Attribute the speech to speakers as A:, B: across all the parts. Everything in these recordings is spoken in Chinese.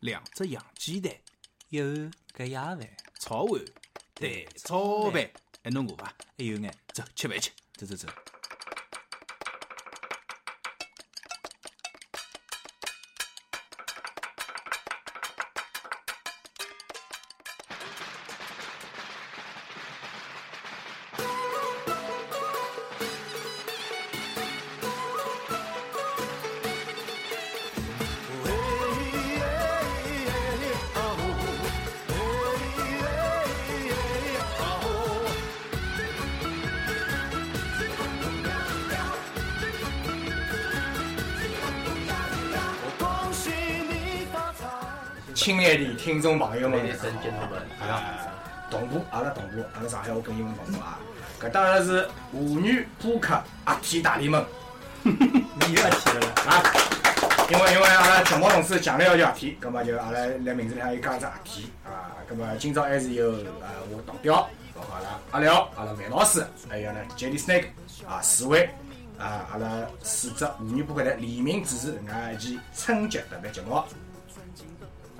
A: 两只洋鸡蛋，
B: 一碗隔夜饭，
A: 炒碗蛋炒饭。哎，侬饿伐？
B: 还有眼，
A: 走，吃饭去。
B: 走走走。
C: 亲爱的听众朋友们，
D: 们，
C: 同步阿拉同步，阿拉上海话跟英文同步啊！搿当然是妇女播客合体大联 盟
B: 你又提了，
C: 啊！因为因啊为阿拉节目同事强烈要求合体，葛啊末就阿拉来名字里向有加一只合体啊！葛末今朝还是有呃我唐彪，包括阿拉阿廖、阿拉范老师，还有呢 Jelly Snake 啊四位啊阿拉四只妇女播客台联名主持搿能介一期春节特别节目。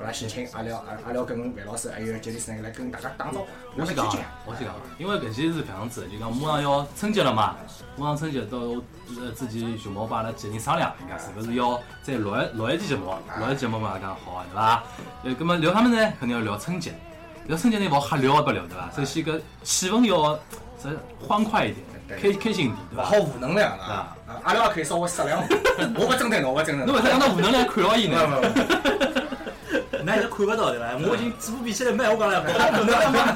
C: 阿拉先请阿廖、阿阿廖跟范老师还有 Jelly Snake 来跟大家打招呼。
D: 我先讲啊，我先讲啊，因为搿期是搿样子，就讲马上要春节了嘛，马上春节到我呃之前熊猫帮阿拉几个人商量，人家是勿是要再录一录一期节目，录一期节目嘛讲好啊，对伐？呃，葛末聊啥物事呢？肯定要聊春节，聊春节呢勿好瞎聊勿聊，对伐？首先搿气氛要是欢快一点，开开心一点，对
C: 勿
D: 伐？
C: 好负能量啊！啊阿拉也可以稍微 适量嘛。我勿针对侬，我勿针对
D: 侬
C: 侬。
D: 勿
C: 勿
D: 是讲到湖南来看牢伊呢？
C: 勿勿，
B: 那也看不到对伐？我已经嘴巴闭起来，麦我讲了，不能当帮，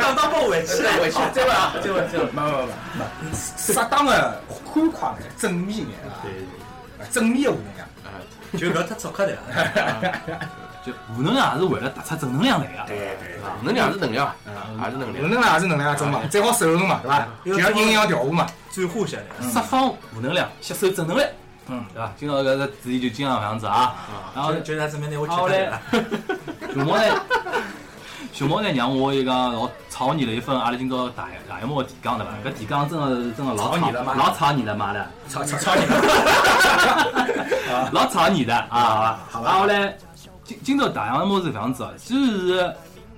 B: 当当帮回去
C: 再
B: 了。
C: 回去，再问啊，再问，再问。勿勿勿勿，适当的宽快眼，正面眼啊，
D: 对，
C: 正面的负能量。
D: 啊，
B: 就不要太苛刻对伐？
D: 就负能量也是为了突出正能量来啊个。
C: 对
E: 能量是能量，还是能
C: 负
E: 量。
C: 能量也是能量中嘛，最好受用嘛，对伐？就要阴阳调和嘛。
B: 转化一下的。
D: 释放负能量，吸收正能量，嗯，对伐？今朝搿个主题就今朝搿样子啊，然后
B: 就就那证明呢，我
D: 然后
B: 吃
D: 嘞
B: 了。，
D: 熊猫呢，熊猫呢让我一个老草拟了一份阿拉今朝大大夜猫提纲对伐？搿提纲真的是真的老
C: 草拟
D: 草
C: 了吗
D: 老草拟了嘛了，
C: 操操操你！
D: 老草拟的啊，
C: 好吧
D: 然后嘞，今今朝大夜猫是搿样子哦，虽然是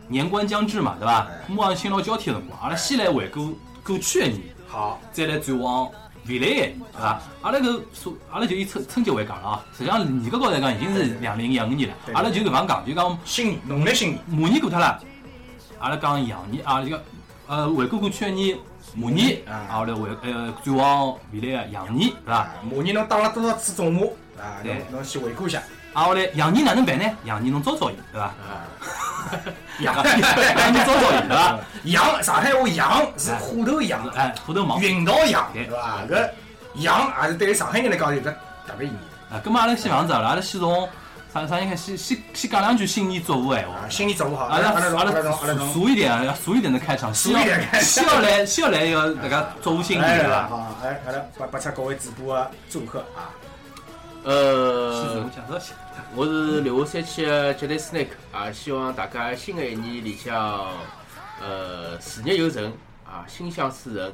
D: 年关将至嘛，对伐？
C: 哎
D: 马上新老交替的辰光，阿拉先来回顾过去一年。
C: 好，
D: 再来展望未来一年，对伐？阿拉搿所，阿拉就以春春节为讲了啊。实际上严格高头来讲，已经是两零一五年了。
C: 对对
D: 阿拉就搿样讲，就讲
C: 新年，农历新年，
D: 马年过脱了，阿拉讲羊年，阿拉就讲呃回顾过去一年马年，
C: 啊
D: 阿拉回呃展望未来个羊年，对伐？
C: 啊，马年侬打了多少次种马？啊，侬侬去回顾一下。
D: 啊，后来羊年哪能办呢？羊年侬招招伊，对伐？
C: 羊，
D: 羊年招招伊，对伐？
C: 羊，上海话羊是虎头羊。
D: 哎，虎头忙。
C: 运道羊，
D: 对
C: 对伐？搿羊还是对于上海人来讲有个特别意义
D: 啊，葛末阿拉先搿样子啊，阿拉先从啥啥人开始，先先先讲两句新年祝福个闲话
C: 啊。。心理照顾好，阿
D: 阿
C: 拉
D: 拉
C: 阿拉
D: 阿
C: 阿拉
D: 拉
C: 阿拉侬，
D: 俗一点，要俗一点的开场，先
C: 俗一点
D: 要
C: 开场哎
D: 先要来先要来一个大家周星
C: 来来
D: 对
C: 来，
D: 吧？
C: 好，阿拉阿拉把把出各位主播的祝贺啊！
E: 呃，
D: 介绍下，
E: 我是六十三期的 Jelly Snake 啊，希望大家新的一年里向，呃，事业有成啊，心想事成，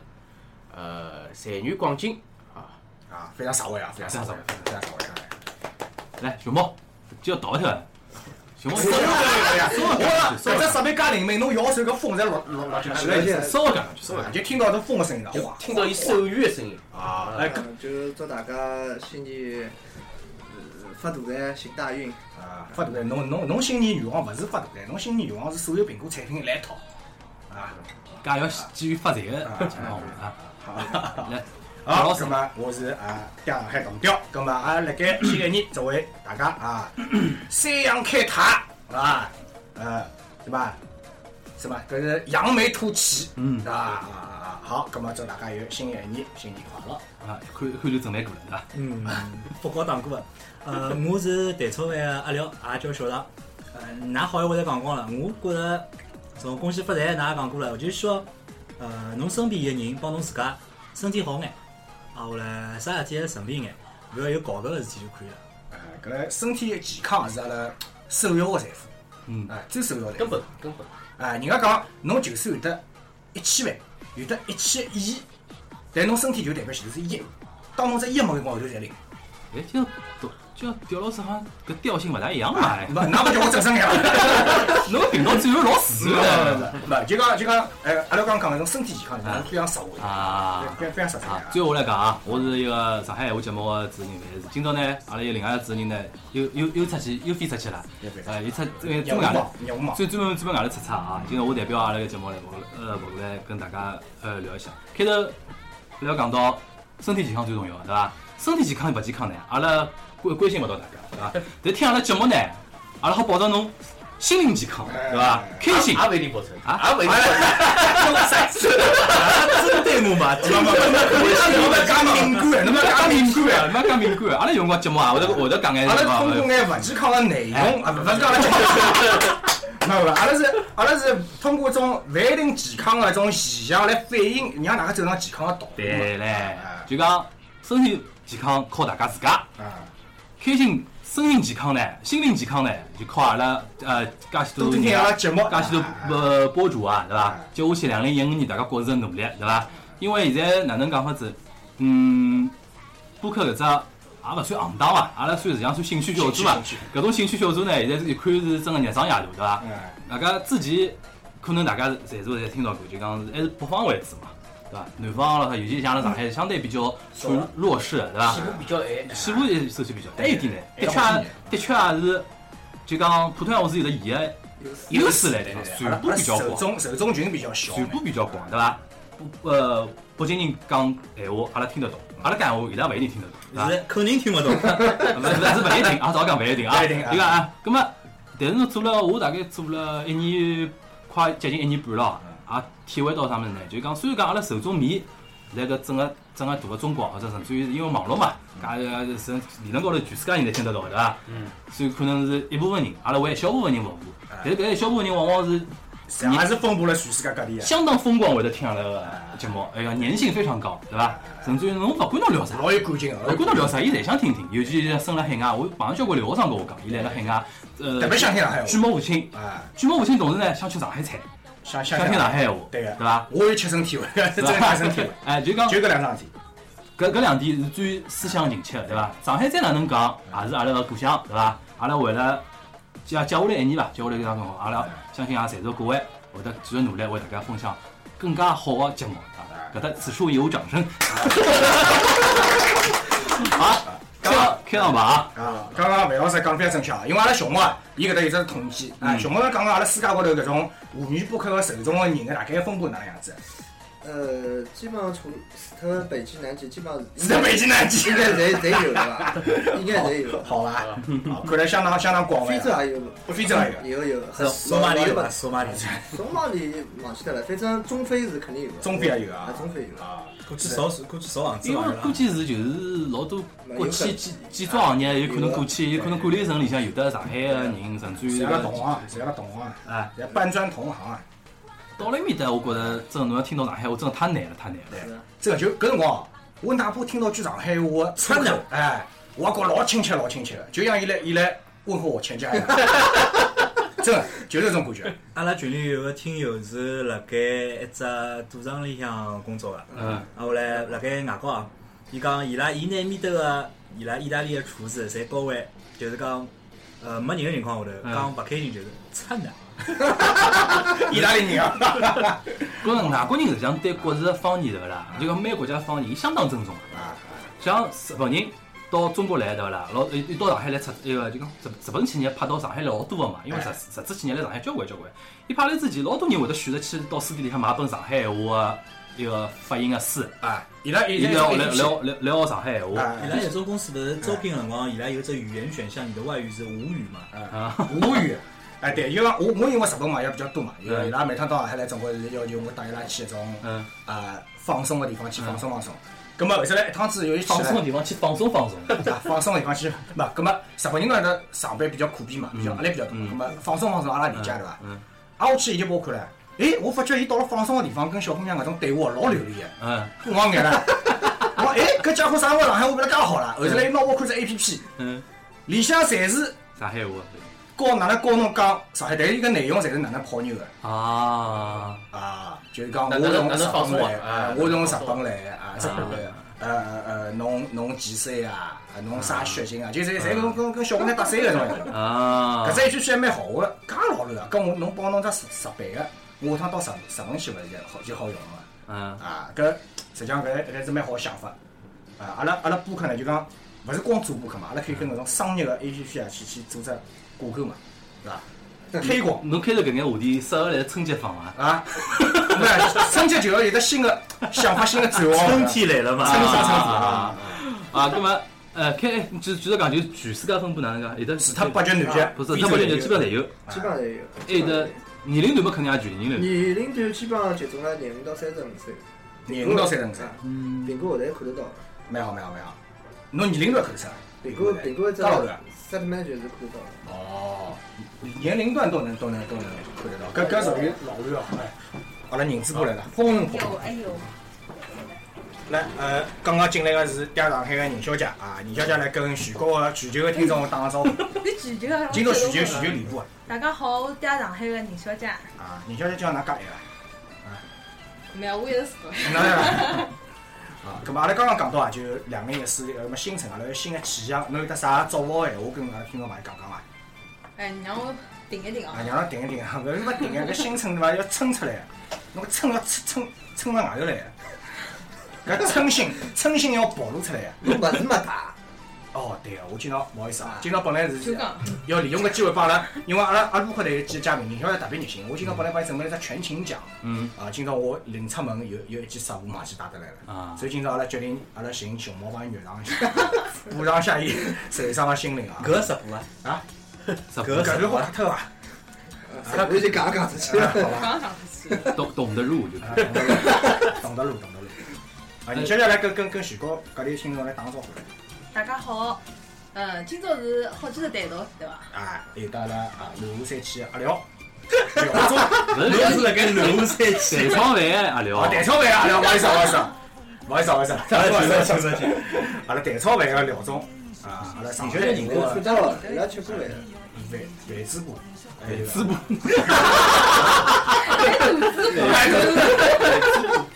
E: 呃，财源广进啊。
C: 啊，非常实惠啊，非常实惠，非常实惠。
D: 来熊猫就要倒一跳，熊猫
C: 我我搿只设备介灵敏，侬摇手搿风侪落落落进去了，
D: 稍微讲两句，稍微讲两句。
C: 就听到这风的声音了，哗！
E: 听到伊手语的声音，
C: 啊，哎，搿
F: 呃就祝大家新年呃发大财，行大运。
C: 啊，发大财！侬侬侬新年愿望勿是发大财，侬新年愿望是所有苹果产品来一套啊！
D: 介要基于发财的情况下
C: 好。
D: 啊，来
C: 好，
D: 老
C: 咁
D: 师
C: 么我是啊上海同调，咁么啊辣盖新一年作为大家啊三阳开泰啊，呃，对吧？什么？搿是扬眉吐气，
D: 嗯
C: 啊啊啊！好，咁么祝大家有新的一年新年快乐！
D: 啊，一看一看就准备过了对吧？
B: 嗯，不搞打过啊。呃，我是蛋炒饭的阿廖，啊也叫小唐。呃，㑚好闲话侪讲光了，我觉着从恭喜发财，㑚也讲过了，就是说，呃，侬身边个人帮侬自家身体好眼，啊，后来啥事体侪顺利眼，勿要有搞搿个事体就可以了。
C: 啊，搿个身体健康是阿拉首要的财富，
D: 嗯
C: 啊，最首要的
E: 根本根本。
C: 啊，人家讲侬就算有得一千万，有得一千亿，但侬身体就代表前头是一，当侬只一没辰光后头才零。
D: 哎，今朝都就刁老师好像搿调性勿大一样嘛。
C: 勿，那勿叫我整生呀！
D: 侬个频道转换老
E: 嗯
C: 勿
D: 自然的
C: 就讲就讲，哎，阿拉刚讲搿种身体健康，是非常实惠的，
D: 啊
C: 非常非常实
D: 啊！
C: 惠
D: 最后我来讲啊，我是一个上海闲话节目的主持人范今朝呢，阿拉有另外一个主持人呢，又又又出去又飞出去了，
C: 的。
D: 呃，又出因为
C: 业
D: 专
C: 务
D: 门外头
C: 嘛，业务嘛，
D: 专专门专门外头出差啊！今朝我代表阿拉个节目来，我呃，我来跟大家呃聊一下。开头聊讲到身体健康最重要，对伐？身体健康勿健康呢？阿拉关关心勿到大家，对伐？但听阿拉节目呢，阿拉好保证侬心灵健康，对伐？开心
E: 也。勿一定保证，
D: 啊
E: 也勿一定保证。
B: 真对我嘛，
C: 勿勿 勿，侬勿讲敏感，侬勿讲敏感。
D: 哎，蛮讲敏感，阿拉有辰光节目啊，会得会得讲眼
C: 阿
D: 什
C: 拉通
D: 么
C: 过？眼勿健康的内容，啊，勿勿是 讲阿拉健康，勿勿，阿拉是阿拉是通过一种勿一定健康的一种现象来反映，让大家走上健康的道路。
D: 对嘞，就讲身体健康靠大家自家，
C: 啊，
D: 开心身心健康呢，心灵健康呢，就靠阿拉呃介许多
C: 多听听阿拉节目，
D: 介许多呃博主啊，对伐？接下去两零一五年大家各自努力，对伐？因为现在哪能讲法子？嗯，播客搿只也勿算行当伐，阿拉算实际上算兴趣小组伐啊
C: 兴趣兴。
D: 搿种兴趣小组呢，现在一看是真个热肠夜肚，对伐？
C: 哎
D: 大家之前可能大家侪是侪听到过，就讲是还是北方为主嘛，对伐？南方了，尤其像阿拉上海，相对比较
C: 啊
D: 处于弱势的，对伐
E: 起？步比较哎晚，
D: 西部也首先比较，但有点难，
C: 哎
D: 的确
C: 哎
D: 也的确也是，就讲普通闲话是有着伊个优势来的，传播比较
C: 受
D: 广，
C: 众受众群比较小，
D: 传播比较广，对伐？不呃，北京人讲闲话，阿拉听得懂，阿拉讲闲话，伊拉勿一定听得懂，对伐？
B: 是口音听不懂，
D: 勿啊是勿是勿一定，阿早讲勿一定啊，
C: 不一
D: 对
C: 定啊
D: 伐？啊，葛末，但是侬做了，我大概做了一年，快接近一年半了，也体会到啥物事呢？就讲虽然讲阿拉受众面，辣搿整个整个大个中国，或者甚至于因为网络嘛，加呃是理论高头全世界人侪听得到，对伐？
E: 嗯，
D: 所以可能是一部分人，阿拉为一小部分人服务，但是搿一小部分人往往是
C: 也是分布了全世界各地的。
D: 相当风光会得听阿拉个节目，哎呀，粘性非常高，对伐？甚至于侬勿管侬聊啥。
C: 老有感情的，
D: 我觉得聊啥，伊侪想听听，尤其是身辣海外，啊我碰上交关留学生跟我讲，伊来了海外，呃，
C: 特别想听上海
D: 举
C: 话。
D: 目无亲，
C: 啊，
D: 举目无亲，同时呢想吃上海菜，
C: 想想
D: 想听上海闲话，
C: 对个，
D: 对伐？
C: 我有切身体会， 真的切身体会，
D: 哎，就讲
C: 就搿两桩事体。
D: 搿搿两点是最思想情切的，对伐？上海再哪能讲，也是阿拉个故乡，对伐？阿拉为了接接下来一年伐，接下来搿趟辰光，阿拉相信也在座各位会得继续努力为大家分享更加好个节目啊！搿搭此处有掌声。 好，开开场吧啊！
C: 啊，刚刚范老师讲得非常正确啊，因为阿拉熊猫啊，伊搿搭有只统计啊，
D: 嗯
C: 熊猫讲讲阿拉世界高头搿种妇女播客个受众个人呢，大概分布是哪能样子？
F: 呃，基本上除除脱北极、南极，基本上
C: 是在北京、南京
F: 应，该侪侪有的吧？ 应该侪有的，
C: 好伐？
B: 嗯
C: 啊看来相当相当广啊了
F: 非
C: 呀
F: 洲。也有的，
C: 非洲也有，
F: 有有的，
B: 啊索马里有吧？
F: 吧？
B: 索马里，
F: 索马里忘记掉了，反正中非是肯定有的，
C: 中非也有啊
F: 啊，。中非有的。
C: 啊，
B: 估计少数，估计少房子
D: 因为
B: 吧，
D: 估
B: 是吧？
D: 计是就是老多国企建建筑行业有可能过去，有可能管理层里向有的上海个人，甚至于
C: 侪阿拉同
D: 个
C: 行，啊侪阿拉同行，
B: 啊
D: 哎，
C: 侪搬砖同行啊。
D: 到了埃面搭，我觉着真的侬要听到上海话，真的太难了，太难了。
C: 这就搿辰光，我哪怕听到句上海话，
B: 真的，
C: 哎，我也觉老亲切，老亲切的，就像伊来伊来问候我亲 家一样，真的就是这种感觉。
B: 阿拉群里有个听友是辣盖一只赌场里向工作的，
D: 嗯，
B: 啊，后来辣盖外国啊，伊讲伊拉伊拿埃面搭个伊拉意大利个厨师侪包位，就是讲呃没人个情况下头，
D: 嗯
B: 讲勿开心就是惨的，
C: 意大利人啊，
D: 搿能外国人实际上对各自个方言对勿啦？就讲每个国家方言伊相当尊重个
C: 啊。
D: 像日本人到中国来对勿啦？老一到上海来出那个就讲日日本企业派到上海来老多个嘛，因为日日资企业来上海交关交关。伊派来之前，老多人会得选择去到书店里向买本上海闲话个一个发音个书。
C: 啊，伊拉伊
D: 伊
C: 拉
D: 来
C: 伊
D: 来
C: 拉
D: 来来来学上海闲话
C: 啊
B: 伊拉有种公司勿是招聘个辰光，伊拉有只语言选项，你的外语是吴语嘛？
D: 啊，
C: 母语。哎，对，因为我我因为日本嘛也比较多嘛，因为
D: 嗯
C: 伊拉每趟到上海来，总归是要求我带伊拉去一种
D: 嗯，
C: 啊放松的地方去放松放松。咁么后头来一趟子又去
D: 放松
C: 了
D: 个地方去放松放松。
C: 啊，放松的地方去，不，咁么日本人搿搭上班比较苦逼嘛，比较压力比较大，
D: 嗯
C: 咁么放松放松阿拉理解对伐
D: 嗯？
C: 啊，我去伊就拨我看了，诶，我发觉伊到了放松的地方，跟小姑娘搿种对话老流利个，
D: 嗯
C: 我望眼 了，我讲诶，搿家伙啥辰光上海话变得介好了？后头来伊拿我看只 A P P，
D: 嗯，
C: 里向侪是
D: 上海话
C: 教哪能教侬讲上海，但是伊个内容侪是哪能泡妞的。
D: 啊，
C: 啊，就是讲我
E: 哪
C: 从
E: 哪
C: 日
E: 能
C: 本
E: 哪能放松啊
C: 来，啊
E: 啊
C: 我从
E: 哪能
C: 日
E: 放松
C: 本来啊，日本来，呃呃呃，侬侬几岁啊？啊，啊，侬啥血型啊，就是侪跟跟跟小姑娘搭讪搿种样子。
D: 啊
C: 搿，只一句句还蛮好玩个，介老卵个，搿我侬啊帮我弄只日日版个，啊我下趟到日日本去勿是就好就好用嘛。
D: 嗯，
C: 啊，搿实际上搿还是蛮好个想法。啊，阿拉阿拉播客呢，就讲勿是光做播客嘛，阿拉可以跟搿种商业个 A P P 啊去去做只挂钩嘛，是伐？推广
D: 侬开头搿眼话题适合来春节放伐？
C: 啊， 那春节就要有得新个想法、新个展望。
B: 春天来了
C: 啊春天，春
B: 嘛，
C: 天，啊！
D: 啊，葛末呃，开就除了讲，就全世界分布哪能讲？有的
C: 除脱北极、南极，
D: 不是，他不就基本上侪有，
F: 基本上侪有。
D: 有的年龄段嘛肯定也全年龄段。
F: 年龄段基本上集中辣廿五到三十五岁，
C: 廿五到三十五岁，嗯
F: 苹果后台看得到的，
C: 蛮好蛮好蛮好。侬年龄段可是啥？
F: 苹果苹果只
C: 介老卵。
F: settlement 就是看得到的。
C: 哦，年龄段都能都能都能看得到，搿搿属于老卵哦。哎，阿拉认知过来了，风尘仆仆
G: 有。哎 呦，
C: 来，呃，刚刚进来个是嗲上海个宁小姐啊，宁小姐来跟全国个全球个听众打个 招呼。
G: 你拒绝了。
C: 今朝全球全球联播啊，
G: 大家好，我是嗲上海的宁小姐。
C: 啊，宁小姐叫㑚加一个。
G: 没有，我也是个。
C: 哪能啊？啊，咁嘛，阿拉刚刚讲到啊，就两个也是呃，么新城阿拉有新个气象，侬有得啥祝福个闲话跟阿拉听众朋友讲讲伐？
G: 哎，你让我顶一顶
C: 啊，
G: 啊！
C: 让侬定一定啊，勿是勿定啊，搿新城对伐要撑出来，侬搿撑要撑撑撑到外头来，搿撑心撑心要暴露出来。
F: 侬勿是没打，
C: 哦，对个，我今朝勿好意思啊，今朝本来
G: 就是讲，
C: 要利用搿机会帮阿拉，因为阿拉阿拉播客头有几个嘉宾，宁小姐特别热心，我今朝本来帮伊准备了只全勤奖，
D: 嗯
C: 啊，今朝我临出门有有一件失误嘛，去带得来了。
D: 啊，
C: 所以今朝阿拉决定，阿拉寻熊猫帮伊肉偿一下， 补偿一下伊受伤个心灵啊！
B: 搿直播啊，
D: 十
C: 搿搿就好脱啊！
F: 啥我就讲讲出去。
G: 刚刚上去去。
D: 懂懂得入
C: 啊
D: 就可以。
C: 懂得路，懂得路。啊，你接下来跟跟跟徐高搿里听众来打个招呼
G: 大家好，呃，今朝是好几个谈到，对伐？
C: 啊！又到了啊，六三七阿廖，廖总，啊，
D: 勿是
B: 侬是辣盖南湖山 去，哦
D: 蛋炒饭
C: 蛋炒饭
D: 也聊，
C: 啊，阿廖，勿好意思，勿好意思，勿好意思，勿好意思，勿好意思，
B: 上去。
C: 阿拉蛋炒饭个廖总啊，阿拉上
F: 哎
C: 学认过
F: 看到了，人家吃过来了。
C: 范范主播，
D: 饭滋补，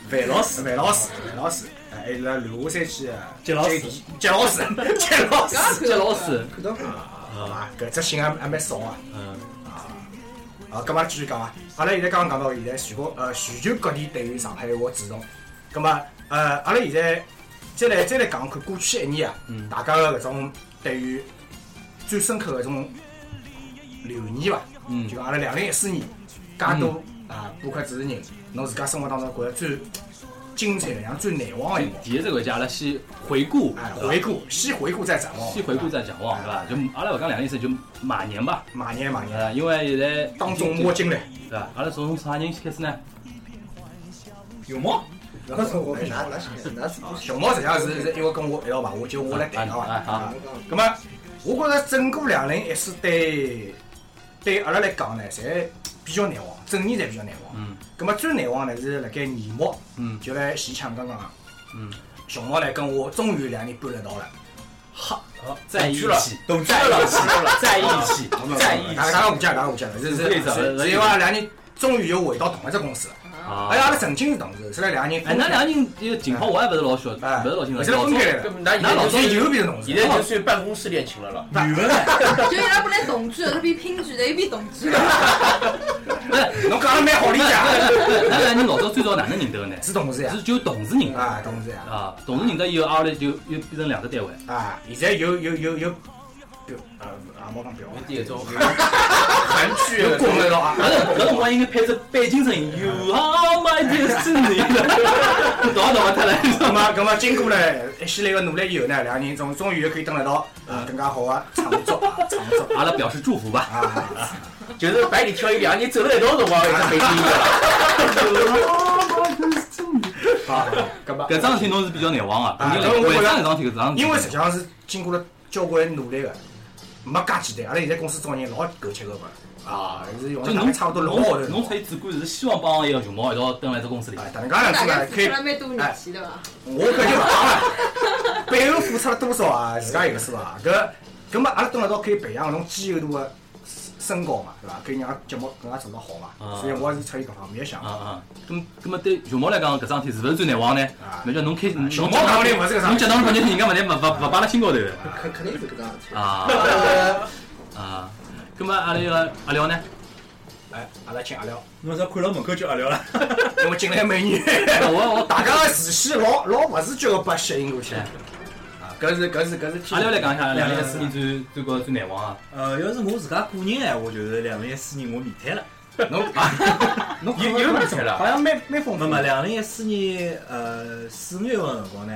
C: 范老师，范老师，范老师，哎，还有辣六三七个
B: 杰老师
C: 杰老师，杰老师。
D: 接老师，
F: 看到过了，
C: 好吧，啊搿只信还还蛮少啊。
D: 嗯，
C: 啊，咁嘛继续讲啊。阿拉现在刚刚讲到现在全国呃全球各地对于上海话注重，咁嘛呃阿拉现在再来再来讲看过去一年啊，
D: 嗯
C: 大家个搿种对于最深刻搿种留念伐，
D: 嗯
C: 就讲阿拉两零一四年，介多啊播客主持人，侬自家生活当中觉着最精彩个，像最难忘个一幕，
D: 第一只环节阿拉先回顾，
B: 啊
C: 哎，
D: 对
C: 回
D: 吧
C: 顾先回顾再展望，
D: 嗯先回顾再展望，对伐？就阿拉勿讲两个意思，就马年吧，
C: 啊马年马年，
D: 呃，因为现在
C: 当众摸金来，
D: 对伐？阿拉从啥人开始呢？
B: 有吗？
F: 搿是我哪哪是哪是
C: 啊熊猫实际上是是因为跟我一道吧，我就我来谈
D: 啊
C: 啊
D: 啊啊
C: 啊。咁么，我觉着整个两零一四对对阿拉来讲呢，侪比较难忘，整年侪比较难忘。
D: 嗯
C: 咁么最难忘呢是辣盖年末，
D: 嗯
C: 就来前抢刚刚啊，
D: 嗯，
C: 熊猫来跟我终于两年搬了一道了，哈，
D: 在一起，
C: 懂
D: 在一起，在一起，在一
C: 大
D: 起。
C: 家误解，啊大家误解了，是是
D: 对的
C: 是，是因为阿拉两人终于又回到同一只公司了。
D: 啊
C: 哎，阿拉曾经是同事，现在两人
D: 哎，
C: 分
D: 那
C: 开，
D: 两个人就情况我也勿是老晓，
C: 哎，
D: 勿是老清
C: 现
D: 楚。
C: 在分开来
D: 老
C: 了，
E: 那
D: 那老
E: 现在
C: 现在
E: 就
C: 又变成同事
E: 现
C: 了。
E: 在就算办公室恋情了了。
B: 女的呢？
G: 就伊拉本来同居的，变平居的，又变同居的。
D: 哎
C: 侬讲了蛮好理解啊，
D: 早那两个人哎老早最早哪能认得的呢？
C: 是同事呀，
D: 是就同事认得
C: 啊，同事呀。
D: 啊，同事认得以后，阿拉就又变成两个单位。
C: 啊，现在有有有有表呃啊，没讲表，
E: 第一种韩剧
C: 有共了了啊
D: 搿，辰搿辰光应该配着背景声，You are my destiny，懂啊勿懂勿脱了？
C: 那么那么经过了一系列的努力以后呢，两个人终终于可以等得到呃更加好的创作啊，创作
D: 阿拉表示祝福吧。
C: 啊，
E: 就是百里挑一，两个人走了一道辰光，一只飞机了。
C: 好，那么
D: 搿桩事体侬是比较难忘啊，肯定
C: 啊
D: 来回想搿桩事体搿桩事体，
C: 因为实际上是经过了交关努力的，没介简单，阿拉现在公司招人老够吃够本啊，是用
D: 就
C: 了大概
D: 侬
C: 差不多六个号头，
D: 侬出于主观是希望帮伊个熊猫一道蹲辣一只公司里
C: 啊，，但能介样
G: 大
C: 子
G: 家
C: 呢，
G: 付
C: 可
G: 出
C: 以
G: 了蛮多力气，对伐？
C: 我搿就勿讲了，背后付出了多少啊，自家有数啊。搿搿么阿拉蹲辣一道可以培养侬肌肉度个身升高嘛，对伐？可以让节目更加做得好嘛。
D: 啊
C: 所以我是出于搿方面的想
D: 啊
C: 法。
D: 啊，咁咁么对熊猫来讲，搿桩事体是勿是最难忘呢
C: 啊？
D: 那叫侬开，侬
C: 熊猫讲勿定勿是搿桩
D: 侬
C: 事
D: 接到侬肯定人家勿来勿勿勿摆辣心高头的
F: 肯肯定是搿桩事体。
D: 啊
F: 呃，
D: 啊。咁么阿拉要阿廖呢？
C: 哎，阿拉请阿廖，
B: 侬是看到门口就阿廖了，
C: 因为进来美女，
D: 我我
C: 大家的视线老老勿自觉个被吸引过去。
D: 哎
C: 啊，搿是搿是搿是天
D: 阿廖来讲一下，阿廖
C: 哎
B: 嗯
D: 一四年最最高最难忘啊。
B: 呃，要是我自家个人闲话，就是两零一四年我面瘫了。
C: 侬啊，侬有有没
D: 啊
C: 错好像蛮蛮丰富
B: 那。么两零一四年呃四五月份的辰光呢，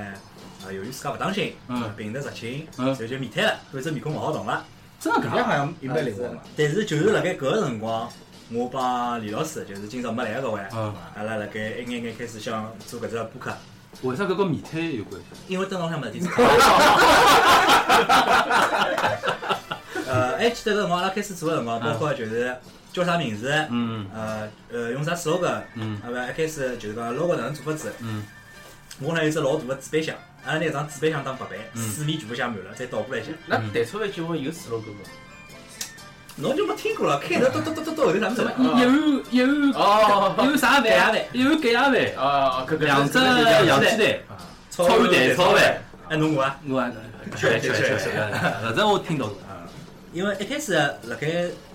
B: 呃由于自家勿当心，
D: 嗯
B: 病得入侵，
D: 嗯
B: 然后就面瘫了，搿只面孔勿好动了。
D: 真的
C: 搿样
D: 搿样
C: 好像也
D: 哎
C: 蛮灵活嘛。
B: 但是就是辣盖搿个辰光，我帮李老师，就是今朝没来搿位，
D: 嗯
B: 阿拉辣盖一眼眼开始想做搿只播客，
D: 为啥搿跟面瘫有关系？
B: 因为灯笼向没事 体做。呃，还记得搿辰光阿拉开始做个辰光，包括就是叫啥名字，
D: 嗯
B: 呃呃用啥 slogan，
D: 嗯
B: 啊勿一开始就是讲 logo 哪能做法子。
D: 嗯
B: 我呢有只老大个纸板箱，阿拉拿张纸板箱当白板，四面全部写满了，再倒过来写。
E: 那蛋炒饭节目有四六个吗？
B: 侬就没听过了，开头嘟嘟嘟嘟嘟，后头啥物事
D: 什么
B: 了？
C: 嗯
D: 有有
E: 哦
D: 有啥
B: 鸭
D: 饭啊
B: 饭？
D: 有鸡鸭饭，
E: 啊，搿个
D: 两只洋鸡蛋，
C: 哦
B: 炒
D: 炒蛋炒饭。
B: 哎，侬我啊，
D: 我啊，确确确确，反正我听到过。
B: 因为一开始辣盖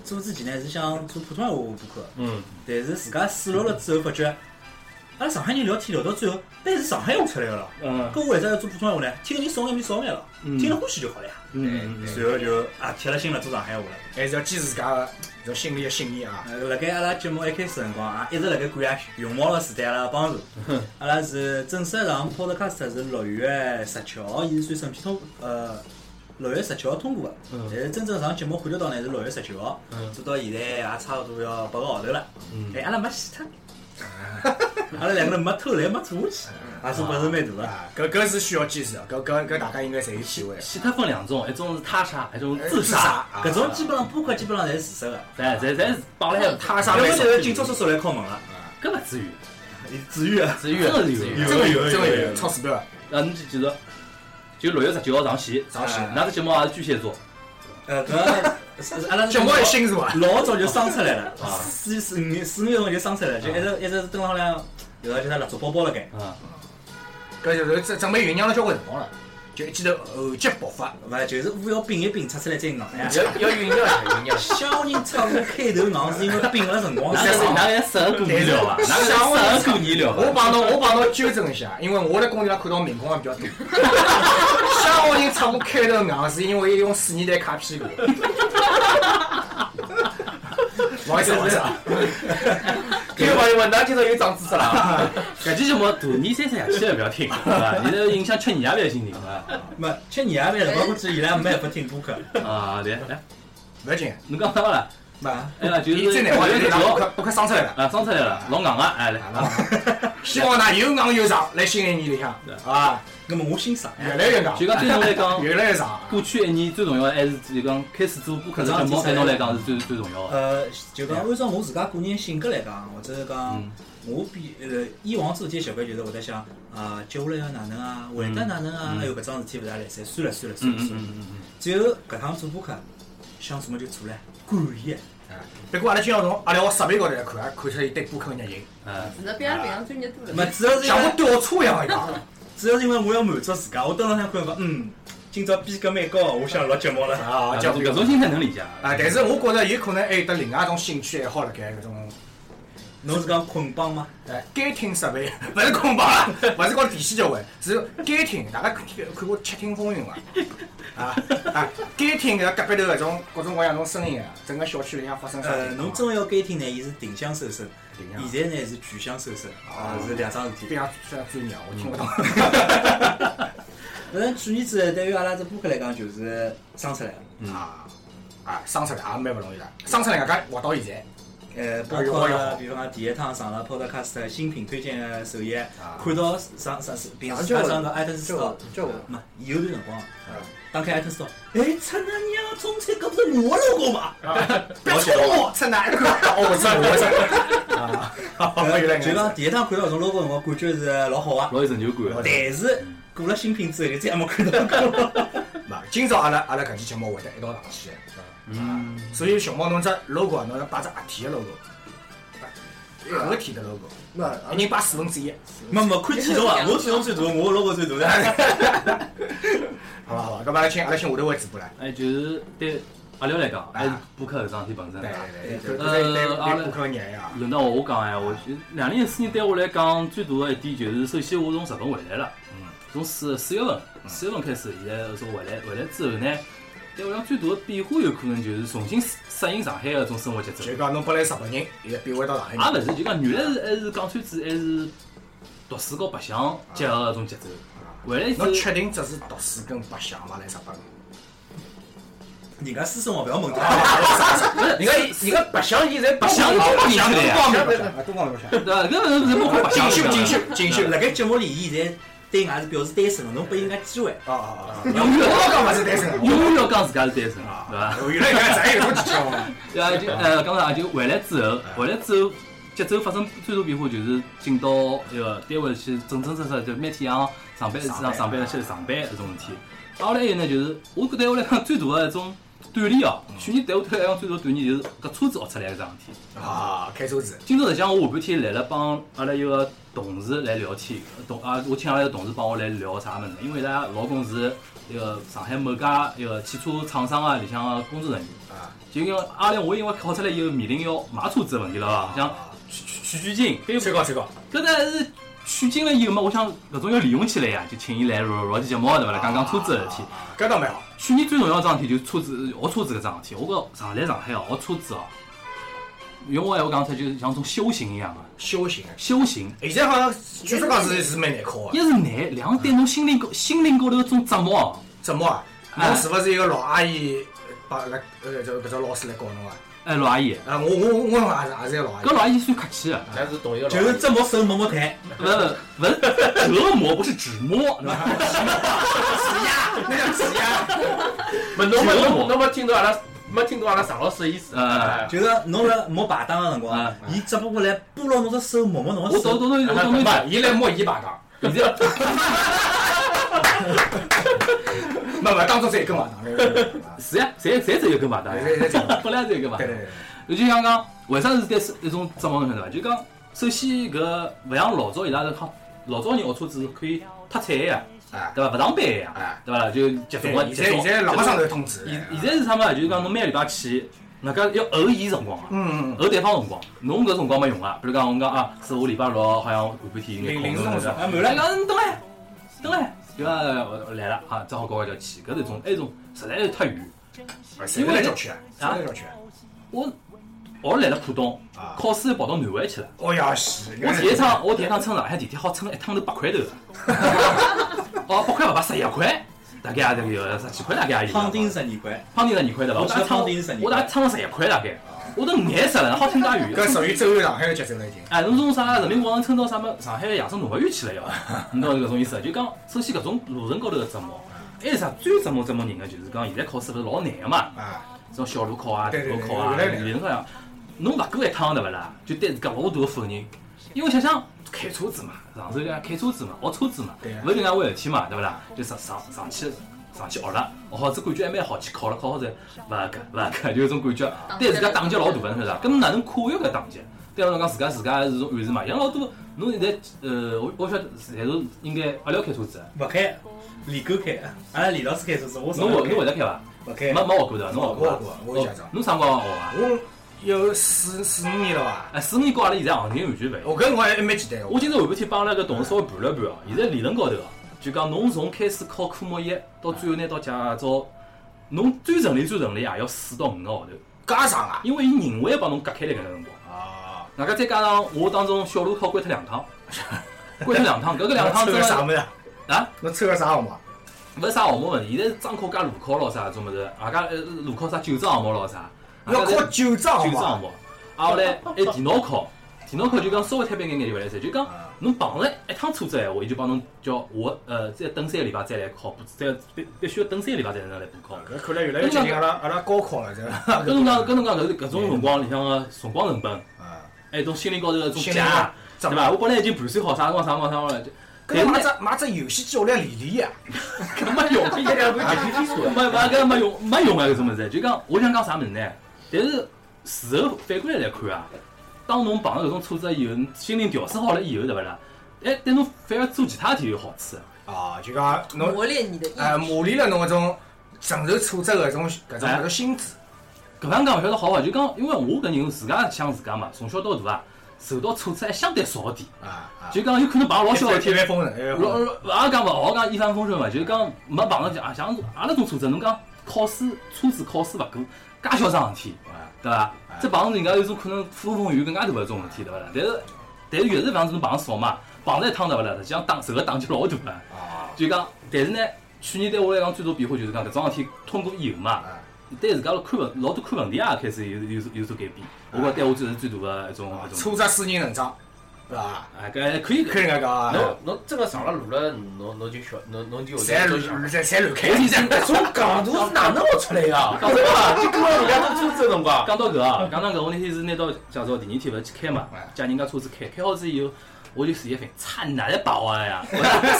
B: 做之前呢是想做普通话播客，
D: 嗯，
B: 但是自家试录了之后发觉，阿拉上海人聊天聊到最后，但是上海话出来了，
D: 嗯
B: 搿我为啥要做普通话呢？听个人少眼面少眼了，
D: 嗯
B: 听了欢喜就好了呀。
D: 嗯
B: 随后就啊铁了心了做上海话了。
C: 还哎是要坚持自家个这种心理个信念啊。
B: 呃，辣盖阿拉节目一开始辰光啊，一直辣盖感谢熊猫老师对阿拉个帮助。 阿拉是正式上呃 Podcast 是六月十七号，伊是算审批通呃六月十七号通过的。
D: 嗯
B: 但是真正上节目看得到呢是六月十九号，
D: 嗯
B: 做到现在也差不多要八个号头了。
D: 嗯
B: 哎，阿拉没死 脱，阿拉两个人没偷懒没做下去，也是本事蛮大的。
C: 啊，搿搿是需要坚持个，搿搿搿大家应该侪有体会。
D: 其他分两种，一种是他杀，一种是自
C: 自杀
D: 杀。
C: 啊
B: 搿种基本上播客基本上侪是自杀的，
D: 咱咱咱帮了他杀
B: 要
D: 没
B: 么就是警察叔叔来敲门了，
D: 搿勿至于，
B: 至于啊，
E: 至于啊
D: 真的是有
E: 至于
D: 有
C: 真个
E: 啊
B: 有
C: 真个
B: 有
C: 有，超时段。
D: 啊，侬记记住，就六月十九号上线，
C: 上线
D: 哎那只节目也是巨蟹座，
B: 呃，搿是是阿拉是
C: 节目一新是 伐？
B: 老早就生出来了，
D: 啊
B: 四四五月四五月份就生出来了，就一直一直是蹲辣好像有个叫啥蜡烛包包辣盖，
D: 啊，
C: 搿就是准准备酝酿了交关辰光了，就一记头后急爆发。
B: 勿就是五要并一并出出来再硬呀。
E: 要要酝酿一下，酝酿。
B: 小人唱歌开头硬是因为并了辰 光
D: 那
B: 长
D: 个，是那个适合过年聊伐？那个适合过年聊伐？
C: 我帮侬，我帮侬纠正一下，因为我在公园上看到民工还比 较多。乡下人出我开头硬，是因为用水泥来卡屁股。 不好意思，不好意思啊，
E: 听众朋友们，哪今朝又长知识了？
D: 搿期节目大年三十夜去也勿要听，是伐？现在影响吃年夜饭心情是
B: 没吃年夜饭辰光估计伊拉没办法听播客，
D: 伐？啊，对，哎，
C: 不要紧。
D: 侬讲啥啦？
C: 嘛，
D: 哎呀，就是
C: 伊最难忘就是让我快我快生出来了。
D: 啊，生出来了，老硬啊，哎，来，
C: 希望㑚又硬又长，来新的一年里向啊，
B: 那么我欣赏呀。
C: 越来越硬，
D: 就讲对侬来 讲，
C: 越来越长。
D: 过去一年最重要的还是就讲开始做播客这节目，对侬来讲是最最重要的。
B: 呃，就讲按照我自家个人性格来讲，或者讲
D: 嗯
B: 我比呃以往做天习惯就是会得想啊，接下来要哪能啊，回答哪能啊，
D: 嗯
B: 哎哟搿桩事体勿大来三，算了算了算
D: 嗯嗯
B: 了算了。
D: 嗯嗯
B: 最后搿趟做播客，想做么就做了，管伊。
C: 不过阿拉今朝从阿拉我设备高头来看啊，看出伊对播客的热情，
D: 嗯，哎，
G: 是的，比阿拉平常专业多
B: 没
G: 了。，
B: 主要是因
C: 像我
B: 为
C: 吊车一样一啊 样。
B: 主要是因为我要满足自家，我登浪向看讲，嗯，今朝逼格蛮高，我想录节目了。
C: 啊，
D: 搿
C: 叫
D: 种搿种心态能理解
C: 啊，但是我觉着有可能还有得另外一种兴趣爱好辣盖搿种，
B: 侬是讲捆绑吗？
C: 呃，监 听设备，勿是空白啊，勿是讲电器交关，是监听。大家看看过《窃听风云》伐？啊啊，监听搿隔壁头搿种各种各样种声音啊，整个小区里向发生啥
B: 呃，
C: 情啊
B: 侬
C: 况
B: 真要监听呢，伊是定向收声，
C: 啊？现在
B: 现在呢是全向收声，啊
C: 哦
B: 是两桩事体
C: 非。常非常专业，啊我听勿懂。
B: 反正去年子对于阿拉只播客来讲，就是生出来了，
C: 啊啊，生出来也蛮勿容易的，生出来搿家活到现在。
B: 呃，包
C: 哎呦
B: 括
C: 哎呦
B: 比方讲第一趟上了 Podcast 新品推荐的首页
C: 啊，
B: 看到上上上平时
F: 啊
B: 上
F: 这
B: 上个 iTunes
F: 这
B: Store，
F: 这我
B: 没有段辰光，打开 iTunes Store，哎，操他娘，中间搿不是我 logo 吗？
C: 别冲我，这哪个？哦，我知道，我知道。 啊，
H: 呃
C: 好原来
B: 就讲第一趟看到搿种 logo 辰光，感觉是老好啊，
D: 老有成就感的。
B: 但是过了新品之后就再也没看到过了。
C: 嘛，今朝阿拉阿拉搿期节目会得一道上去的，嗯，啊所以熊猫侬只 logo 啊，侬要摆只合体的 logo，合体的 logo，
F: 那阿
C: 一
F: 拉
C: 人摆四分之一，
H: 没没看体重啊，我体重最大，我 logo 最大。
C: 好伐？好伐？搿么阿拉请阿拉请下头位主播来，
D: 哎，就是对阿廖来讲，还是补课搿桩事体本身
C: 啊对。对对，
D: 呃
C: 对对
D: 阿拉
C: 对，顾客热呀，
D: 轮到我我讲闲话，就两零一四年对我来讲最大的一点就是，首先我从日本回来了，
C: 嗯
D: 从四四月份四月份开始，现在从回来回来之后呢，对我来讲最大的变化有可能就是重新适适应上海的一种生活节奏
C: 就。讲侬本来日本人，现在变回到上海人
D: 也，勿是，就讲原来是还是讲穿子还是读书和白相结合的一种节奏。回来
C: 侬
D: 之后，
C: 啊确定只是读书跟白相伐？来日本？
H: 人家私生活不要问他。
E: 人家人家哎白相现在
D: 白相
E: 光
D: 光
E: 明
D: 明
E: 白
D: 白
E: 相
D: 相
E: 光 明
C: 白相，啊，东方白相。
D: 对伐？搿勿是勿是包括白相
C: 进修
D: 对伐
C: 进修进修，
H: 辣盖节目里，伊现在对外是表示单身的，侬拨伊家机会。
C: 啊啊啊！
D: 永远
C: 我讲勿是单身啊，
D: 永远要讲自家是单身，对伐？
C: 我原来原来咱也有种技巧嘛。
D: 对啊，就呃，刚才也就回来之后，回来之后节奏发生最大变化就是进到那个单位去，正正式式就每天像上班上上
C: 啊
D: 班去上班搿种事体。啊，后来还有呢，就是我对我来讲最大的一种锻炼哦，
C: 嗯
D: 去年对我来讲最大的锻炼就是搿车子学出来搿桩事体。
C: 啊，开车子，
D: 今朝实际上我下半天来了帮阿拉一个同事来聊天，同啊，我请阿拉一个同事帮我来聊啥物事呢？因为伊拉老公是一个上海某家一个汽车厂商啊里向个工作人员。
C: 啊，
D: 就因为阿拉我因为考出来以后面临要买车子的问题了啊，像取取取取经，
C: 最高最高，
D: 搿但是取经了以后嘛，我想搿种要利用起来呀，就请伊来录录期节目对伐？啦？讲讲车子的事体。
C: 搿倒蛮好。
D: 去年最重要的桩事体就是车子学车子搿桩事体，我觉上来上海哦学车子哦，用我闲话讲出来就是像种修行一样啊，
C: 修行啊，
D: 修行。
C: 现在好像据说讲是是蛮难考
D: 一
C: 的。
D: 是难，两对侬心灵高心灵高头一种折磨哦。
C: 怎么啊？
D: 哎
C: 侬是勿是一个老阿姨把来呃这搿只老师来教侬啊？
D: 哎，老阿姨，
C: 啊，我我我也是也是一个老阿姨
D: 搿。老阿姨算客气的，
E: 咱是同一个老
H: 就是折磨手，摸摸台。
D: 勿是勿是 折磨，不是指摸，对伐？
C: 那叫几啊？
E: 没侬没侬侬没听到阿拉没听到阿拉常老师的意思
D: 呃
E: 啊？
H: 就是侬辣摸排档的辰光
D: 啊，
H: 伊只不过来拨牢侬只手，摸摸侬
D: 我
H: 的
D: 懂
H: 手。
D: 懂懂懂 懂
C: 不，伊来摸伊排档，
D: 现在
C: 没没当中只一根排档。对对对对
D: 是呀，侪侪只有根排档呀，
C: 对对
D: 本来只有根排档。
C: 对，
D: 就像讲，为啥是对是一种折磨侬晓得伐？就讲，首先搿勿像老早伊拉是靠老早人学车子可以踏菜呀，
C: 啊，
D: 对伐？勿上班呀
C: 哎，
D: 对伐？就集中个
C: 对，
D: 集
C: 现在
D: 中。
C: 现在老百姓
D: 集中
C: 都有通知。
D: 现现在是啥物事？就是讲侬每个礼拜去，外加要候伊辰光啊。
C: 嗯，
D: 候对方辰光，侬搿辰光没用啊。比如讲，我们讲啊，是我礼拜六好像下半天有眼空
C: 临临时通知
D: 哎，满了，讲等来，等来，对伐？呃来了啊，正好搞搞就要去，搿是一种，还有一种实在是太远。
C: 谁来郊区啊？谁来郊区啊？
D: 我我来了浦东
C: 啊，
D: 考试跑到南汇去了。
C: 哦呀是，
D: 我第一趟，我第一趟乘上海地铁，好乘一趟头八块头。啊哦，八块勿吧，十一块，大概也得有十几块，大概也有。
H: 胖丁十二块，
D: 胖丁十二块对伐？
H: 我
D: 我
H: 记
D: 大
H: 得
D: 概乘
H: 胖丁是12块
D: 我大概乘了十一块大概，我都眼涩了，好听介远。
C: 搿属于周游上海的节奏了已经。
D: 哎，侬从啥人民广场撑到啥么上海的野生动物园去了要？ 侬懂搿种意思？啊就讲，首先搿种路程高头的折磨，还有啥最折磨折磨人的，就是讲现在考试勿是老难个嘛，
C: 啊，
D: 这种小路考啊、大
C: 对对
D: 路
C: 对
D: 考啊，
C: 对对对
D: 理论上讲，侬勿过一趟对勿啦？就对自家老大的否认，因为想想开车子嘛，上手讲开车子嘛，学车子嘛
C: 对啊，
D: 勿是另外回事体嘛，对勿啦？就上上上去上去学了，学好子感觉还蛮好，去考了考好子，勿合格勿合格，就有种感觉。对自家打击老大个，侬晓得伐？搿么哪能跨越搿打击？对啊侬来讲，自家自家是种暗示嘛。像老多侬现在呃，我我晓得，侪是应该阿廖开车子，
H: 勿开，李狗开，阿拉李老师开车子，我
D: 侬
H: 勿
D: 会侬会得开伐？
H: 勿开
D: 没。没学过对伐？侬学过伐？啊
C: 我学过我有驾照
D: 侬啥辰光学啊？
C: 我有四四五年了吧？
D: 哎，四五年跟阿拉现在行情完全勿一样。
C: 我搿辰光还蛮简单的，
D: 我今朝下半天帮阿拉个同事稍微盘了盘哦，现在理论高头哦，就讲侬从开始考科目一到最后拿到驾照，侬最顺利最顺利也要四到五个号头，
C: 介长啊。
D: 因为伊人为帮侬隔开来搿个辰光。
C: 啊，
D: 外加再加上我当中小路考关脱两趟，关脱两趟，搿个两趟
C: 抽
D: 真
C: 个啥
D: 个
C: 物事啊？
D: 啊，
C: 侬抽个啥项目啊？
D: 勿是啥项目问题，现在是张考加路考咯啥种物事，外加呃路考啥九张项目咯啥，
C: 要
D: 外加
C: 考啊九张
D: 就
C: 项
D: 是
C: 目
D: 项
C: 啊。
D: 目，啊后来还电脑考，电脑考就讲稍微特别眼眼就勿来塞，就讲
C: 啊
D: 侬碰着一趟车子闲话，伊就帮侬叫我呃再等三个礼拜再来考补，再必必须要等三个礼拜才能来补考。
C: 搿看来越来越接近阿拉阿拉高考了，这
D: 搿侬讲搿侬讲搿是搿种辰光里向个辰光成本，
C: 啊，
D: 还有一种心灵高头的一种
C: 心
D: 夹
C: 理，
D: 对伐？我本来已经盘算好啥辰光啥辰光啥辰光了，就
C: 搿买只买只游戏机，我来练练呀。
D: 没 用，一两个
E: 极基础
D: 没没搿没用，没用啊搿种物事。就讲我想讲啥物事呢？但是事后反过来来看啊，当侬碰到搿种挫折以后，心灵调试好了以后，对勿啦？哎，对侬反而做其他点有好处。
C: 啊，就讲侬
G: 磨练你的意
C: 呃
G: 志。
C: 磨练了侬搿种承受挫折搿种搿种搿种心智。
D: 搿样讲勿晓得好伐？就讲因为我搿人自家想自家嘛，从小到大啊，受到挫折还相对少点。
C: 啊啊！
D: 就讲有可能碰到老小事体
C: 天，来风神，哎
D: 老也讲勿好讲一帆风顺嘛，就是讲没碰着像像阿拉种挫折，侬讲考试车子考试勿过，介嚣张事体，对伐？再碰着人家有种可能风风雨更加大个种事体，对勿啦？但是但是越是像这种碰少嘛，碰着一趟对勿啦？实际上打受个打击老大个，
C: 啊
D: 就讲但是呢，去年对我来讲最大变化就是讲搿桩事体通过以后嘛，
E: 哎
D: 对自家看问老多看问题也开始有有有所改变，我
E: 哎
D: 觉得对我这是最大个一种
C: 啊！
D: 一种，
C: 挫折使人成长，对伐？
D: 哎，搿可以
C: 可以搿能介讲啊
E: 侬，侬真个上了路了，侬侬就晓侬侬就有
C: 侪
E: 就
C: 乱侪侪乱开。
E: 从戆大是哪能学出来呀？讲真啊，就跟人家都做这辰光，
D: 讲到搿啊，讲到搿，我那天是拿到驾照第二天勿是去开嘛，
E: 哎
D: 借人家车子开，开好之以后，我就事业反，差哪来把握呀？
C: 谁打开？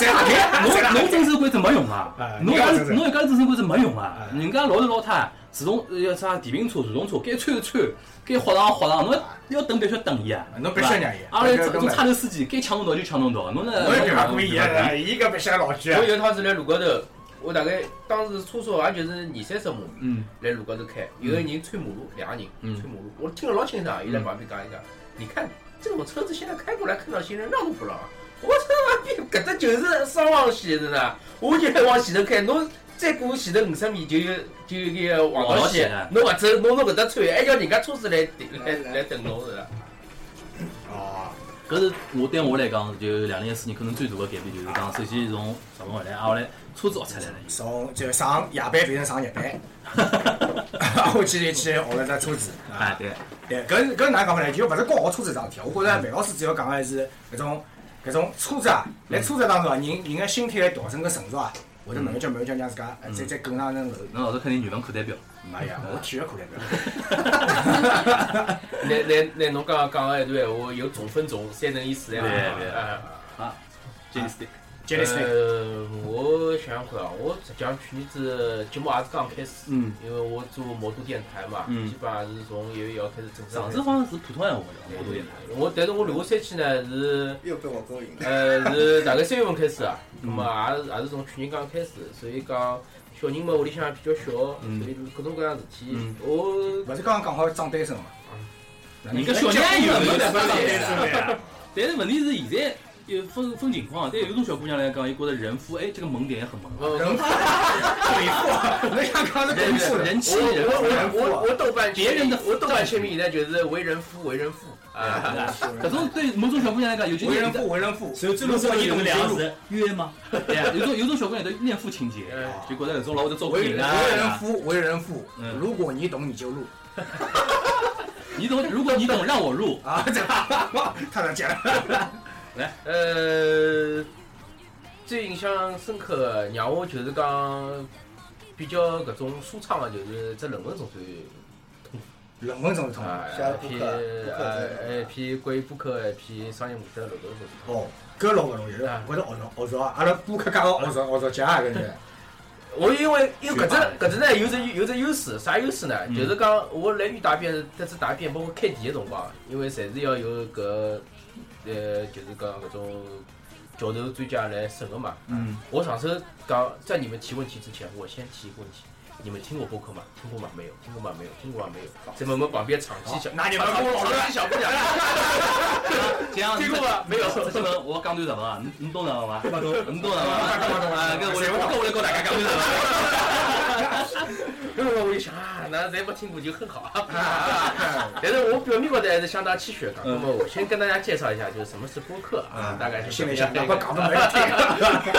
C: 谁
D: 侬
C: 打
D: 侬遵守规则没用啊
C: 哎，
D: 侬一
C: 人
D: 家
C: 家遵守
D: 侬一家遵守规则没用啊，
C: 哎
D: 人家老头老太自动呃要啥电瓶车、自动车，该穿就穿，该豁上豁上，侬要等必须等伊啊，
C: 侬必须让伊
D: 阿拉
C: 搿
D: 这
C: 搿
D: 种
C: 搿
D: 差头司机该抢侬道就抢侬道，侬呢？
C: 侬也勿故
D: 侬
C: 意
D: 侬侬
C: 啊！伊搿白相老句
E: 我有一趟是来路高头，我大概当时车速也就是二三十码，
D: 嗯，
E: 来路高头开，有个人穿马路，两个人
D: 嗯
E: 穿马路，我听得老清爽，伊在旁边讲一讲，你看这种车子现在开过来，看到行人让都不让，我操，搿只就是双往前头呢，我就来往前头开，侬。再过前头五十米就有就有一个黄道线
D: 黄道线，
E: 侬勿走，侬弄搿搭穿，还要人家车子来来来等侬是吧？
D: 啊
C: 哦，
D: 搿是我对我来讲，就两零一四年可能最大的改变，就是讲，首先从日本回来，啊，后来车子学出来了。
C: 从就上夜班变成上日 班， 我去去学了只车子啊。
D: 哎，对，
C: 对，搿是搿哪能讲法呢？就勿是光学车子桩事体，我觉着范老师主要讲个是搿种搿种车子啊，辣车子当中啊，人人个心态个调整个成熟啊，会得
D: 嗯
C: 慢慢叫慢慢叫让自家呃再再更上一层楼。
D: 侬老早看你语文课代表，嗯
C: 哎呀，我体育课代表，
E: 拿拿拿侬刚刚讲个一段闲话，有总分总，三等于四呀。
D: 对对
E: 啊
D: 真
C: 哎
D: 是的。
C: 杰里斯汀
E: 呃，我想想看啊，我实际上去年子节目也是刚开始，
D: 嗯，
E: 因为我做魔都电台嘛，
D: 嗯
E: 基本上是从一月一号开始正式。
D: 上次好像是普通闲话对伐？我都
C: 嗯
D: 有。
E: 我但是我留学三期呢是，
F: 又被我勾引了。
E: 呃是大概三月份开始啊，
D: 嗯
E: 那么也是也是从去年刚开始，所以讲小人嘛屋里向也比较小，
D: 嗯
E: 所以各种各样事体
D: 嗯，
E: 我
C: 勿是刚刚讲好装单身嘛？
D: 人家小人也有有点分 别，
C: 呀，
D: 但是问题是现在有分分情况，对有种小姑娘来讲，伊觉得人夫哎这个萌点也很萌，
E: 我
C: 人夫，鬼
D: 啊
C: 父，人家讲是啊鬼啊父
D: 人妻
E: 我我
D: 人夫
E: 我我我豆瓣
D: 别人的
E: 我豆瓣签名现在就是为人夫为人父啊，
D: 搿种对某种小姑娘来讲，尤其
C: 为人
D: 是
C: 父，为人父，
B: 所以最后说你们两个字约吗？
D: 对啊有种有种小姑娘的恋父情节，
E: 呃
D: 就觉得搿种老会得照顾
C: 哎为
D: 人
C: 人为人
D: 啊。
C: 父，为人父
D: 嗯。
C: 如果你懂，你就入
D: 你懂？如果你懂，让 我入。
C: 啊！这太难讲了。
E: 呃，最印象深刻的让我就是讲比较搿种舒畅的，就是这论文总算
C: 论文总是通
E: 啊
F: 像
E: 一
F: 布
E: 篇
F: 克布克
E: 呃一篇关于播客一篇商业模式的论文总算。
C: 哦，搿老勿容易了，我是学着学着啊，阿拉播客介好学着学着家搿是。
E: 我因为因为搿只搿只呢有只有只优势，啥优势呢？
D: 嗯
E: 就是讲我来遇大便，迭次大便包括开题的辰光，因为侪是要有搿呃，就是讲搿种教授专家来审的嘛。
D: 嗯，
E: 我上次讲在你们提问题之前，我先提一个问题：你们听过播客吗？听过吗？没有，听过吗？没有，听过吗？没有。在我们旁边场记小，
C: 那你
E: 场
C: 们跟我老师
E: 场记小姑 娘，
D: 这样
E: 听过吗？没有。
D: 这个我讲对日文啊，你你懂日文 伐？你懂日文伐？啊，搿我搿我来教大家讲对日文。
E: 搿辰光我就想啊，那侪没听过就很好啊。但是我表面高头还是相当谦虚的讲。那么我先跟大家介绍一下，就是什么是播客啊，大概是
C: 心
E: 什么
C: 里
E: 样
C: 想，
E: 的
C: 哪
E: 一个
C: 怕讲得没人听。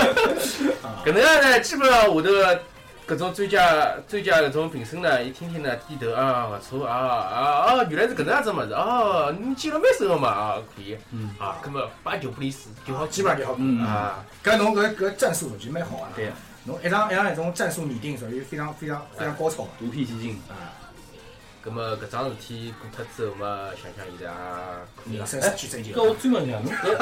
E: 搿能样呢，基本上我的搿种专家专家搿种评审呢，一听听呢低头啊，勿错啊啊啊，原来是搿能样子物事哦，你记了蛮深个嘛啊，可以，
D: 嗯
E: 啊，搿么八九不离十，就好
C: 基本上就好。
D: 嗯
E: 啊，
C: 搿侬搿搿战术就蛮好啊。
D: 对啊。
C: 侬一场一场那种战术拟定，属于非常非常非常高超的。
D: 独辟蹊径，
E: 搿么搿桩事体过脱之后嘛，想想现在也可以
C: 人
E: 了。
C: 生是去追求
D: 搿。我追问一下，侬搿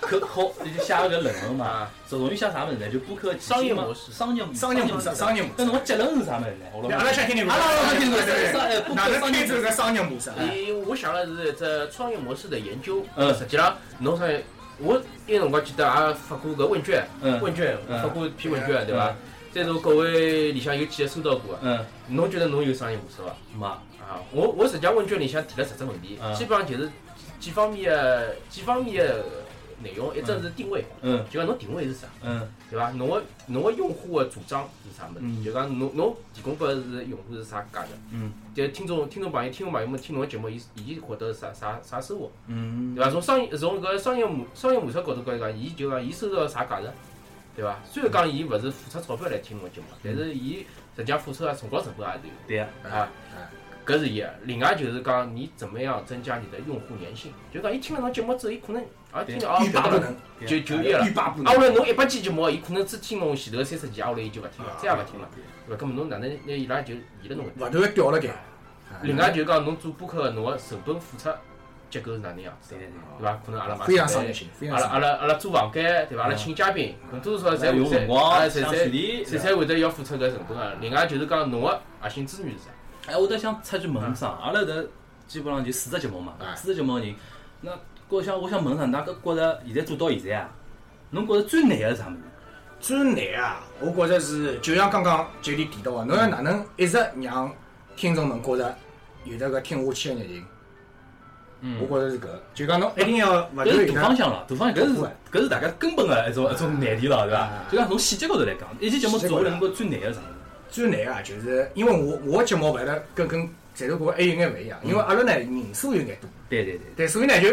D: 可好，就写个搿论文嘛
E: 啊，
D: 这容易写啥物事呢？就播客
E: 商业模式
D: 商业模式
C: 商业模式商业模式
D: 但侬结论是啥物事呢？我
C: 阿拉想听你，
D: 阿拉想听你
C: 对对
D: 商业
C: 对，哪能
D: 商业
C: 推出个商业模式？
E: 伊我想了是一只创业模式的研究。
D: 嗯
E: 实际上侬啥，我有辰光记得也发过搿问卷，
D: 嗯
E: 问卷
D: 嗯
E: 发过一批问卷，对伐？在座各位里向有几个收到过？
D: 嗯，
E: 侬觉得侬有商业模式伐？
D: 嘛，
E: 啊，我我实际上问卷里向提了十只问题
D: 嗯，
E: 基本上就是几方面的几方面的内容，一只是定位，
D: 嗯
E: 就讲侬定位是啥，
D: 嗯
E: 对伐？侬个侬个用户个主张是啥物
D: 嗯
E: 事？就讲侬侬提供拨是用户是啥价值？
D: 嗯，
E: 就是听众听众朋友听众朋友们听侬个节目，伊伊获得啥啥啥收获？
D: 嗯
E: 对伐？从商业从搿商业模商业模式角度高头讲，伊就讲伊收到啥价值，对伐？虽然讲伊勿是付出钞票来听我节目，但
D: 嗯
E: 是伊实际上付出个辰光成本也是有。
D: 对呀，
E: 啊
C: 哎，
E: 搿是一。另外就是讲你怎么样增加你的用户粘性，就讲伊听了侬节目之后，伊可能啊听了啊
C: 欲罢不能，
E: 就就业了
C: 欲。罢不
E: 啊，
C: 能
E: 后。来侬一百期节目，伊可能只听侬前头三十期，啊，后来伊就勿听了，再也勿听了，对伐？搿么侬哪能拿伊拉就离了侬搿搭？
C: 勿断地掉了点。
E: 另外就是讲侬做播客，侬个成本付出结构是哪能样子
D: 对
E: 的，
D: 对对。
E: 对伐？可能阿拉买
C: 啊非常
E: 设
C: 商业
E: 备
C: 性，非
E: 阿
C: 常
E: 拉
C: 商
E: 阿
C: 业。
E: 拉阿拉租房间，对伐？阿拉
D: 嗯
E: 请嘉宾，搿多多少少
D: 侪
E: 侪
D: 有
E: 会
D: 辰
E: 啊
D: 光，
E: 侪
D: 想去
E: 侪
D: 理，
E: 侪侪会得要付出搿成本啊。另外就是讲侬个核心资源是啥？
D: 哎，我倒想插句问侬啥，阿拉搿基本上就四只节目嘛
C: 哎，
D: 四只节目的人，那我想我想问啥，㑚搿觉着现在做到现在啊，侬觉着最难个是啥物事？
C: 最难啊，我觉着是就像刚刚九弟提到个，侬要哪能一直让听众们觉着有得个听下去个热情？
E: 嗯
C: 我觉着是搿，就讲侬一定要
E: 哎
C: 勿断地
D: 搿啊是大方向了，大方向搿
C: 不
D: 是
C: 会
D: 搿是大家根本个一种一种难题了，对伐
C: 啊？
D: 就讲从细节高头来讲，一期节目做下来，侬觉着最难个是啥物事？
C: 最难啊，就是因为我我的节目办了跟跟在座各位还有眼勿一样，因为阿拉呢人数有眼多，
D: 对对对，
C: 对，所以呢就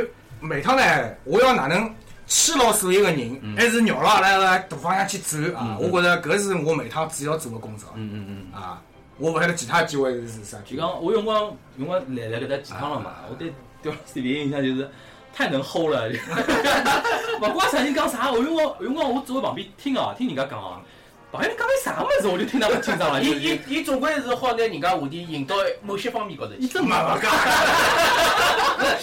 C: 每趟呢我要哪能牵牢所有个人，还是绕牢阿拉个大方向去走啊
D: 嗯嗯嗯？
C: 我觉着搿是我每趟主要做个工作
D: 嗯嗯嗯。
C: 啊。我勿晓得其他机会是啥，
D: 就讲我用光用光来来搿搭几趟了嘛，我对调水平印象就是太能 hold 了，勿管啥人讲啥，我用光用光我坐在旁边听啊，听人家讲啊，旁边人讲个啥物事，我就听得勿清爽了。
E: 伊
D: 啊就
E: 伊伊总归是好拿人家话题引到某些方面高头去。
D: 真嘛勿讲，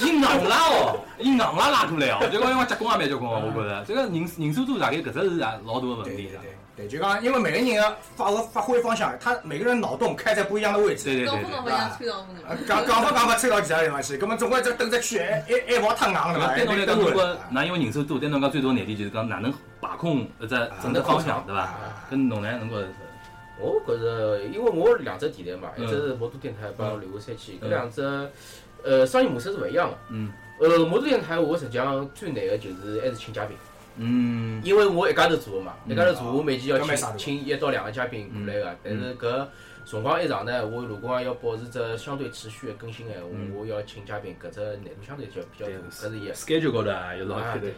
D: 伊硬拉哦，伊硬拉拉过来哦，就讲因为结棍也蛮结棍哦，我觉着这个人人数多大概搿只是啊老大个问
C: 对对
D: 题
C: 对
D: 了。
C: 对，就讲因为每个人的发挥发挥方向，他每个人脑洞开在不一样的位置。
D: 对对
G: 讲
D: 对
G: 不
D: 对
G: 讲不像吹上
C: 呃讲讲法讲法吹到其他地方去，葛么总归这等着去，哎还还还跑太硬了嘛，
D: 对侬
C: 还得
D: 来讲，
C: 跟
D: 如
C: 过
D: 果
C: 来啊
D: 㑚因为人数多，对侬讲最大难题就是讲哪能把控一只整个方向，对伐？
C: 啊
D: 跟侬呢，侬觉着是？
E: 我觉着，因为我两只电台嘛，
D: 嗯
E: 一只是魔都电台帮流河三期，搿
D: 嗯
E: 两只呃商业模式是勿一样的。
D: 嗯。
E: 呃，魔都电台我实际上最难的就是还是请嘉宾，
D: 嗯
E: 因为我一家头做的嘛，
D: 嗯
E: 一家头做我每期要
C: 搿蛮傻
E: 请
C: 的
E: 请一到两个嘉宾过来个，但
D: 嗯
E: 是搿辰光一长呢，我如果要保持着相对持续的更新的闲话，
D: 嗯
E: 我要请嘉宾，搿只难度相对就比较大
D: 对，
E: 搿是一。
D: 呃，schedule 高头啊有老
E: 啊
D: 缺的，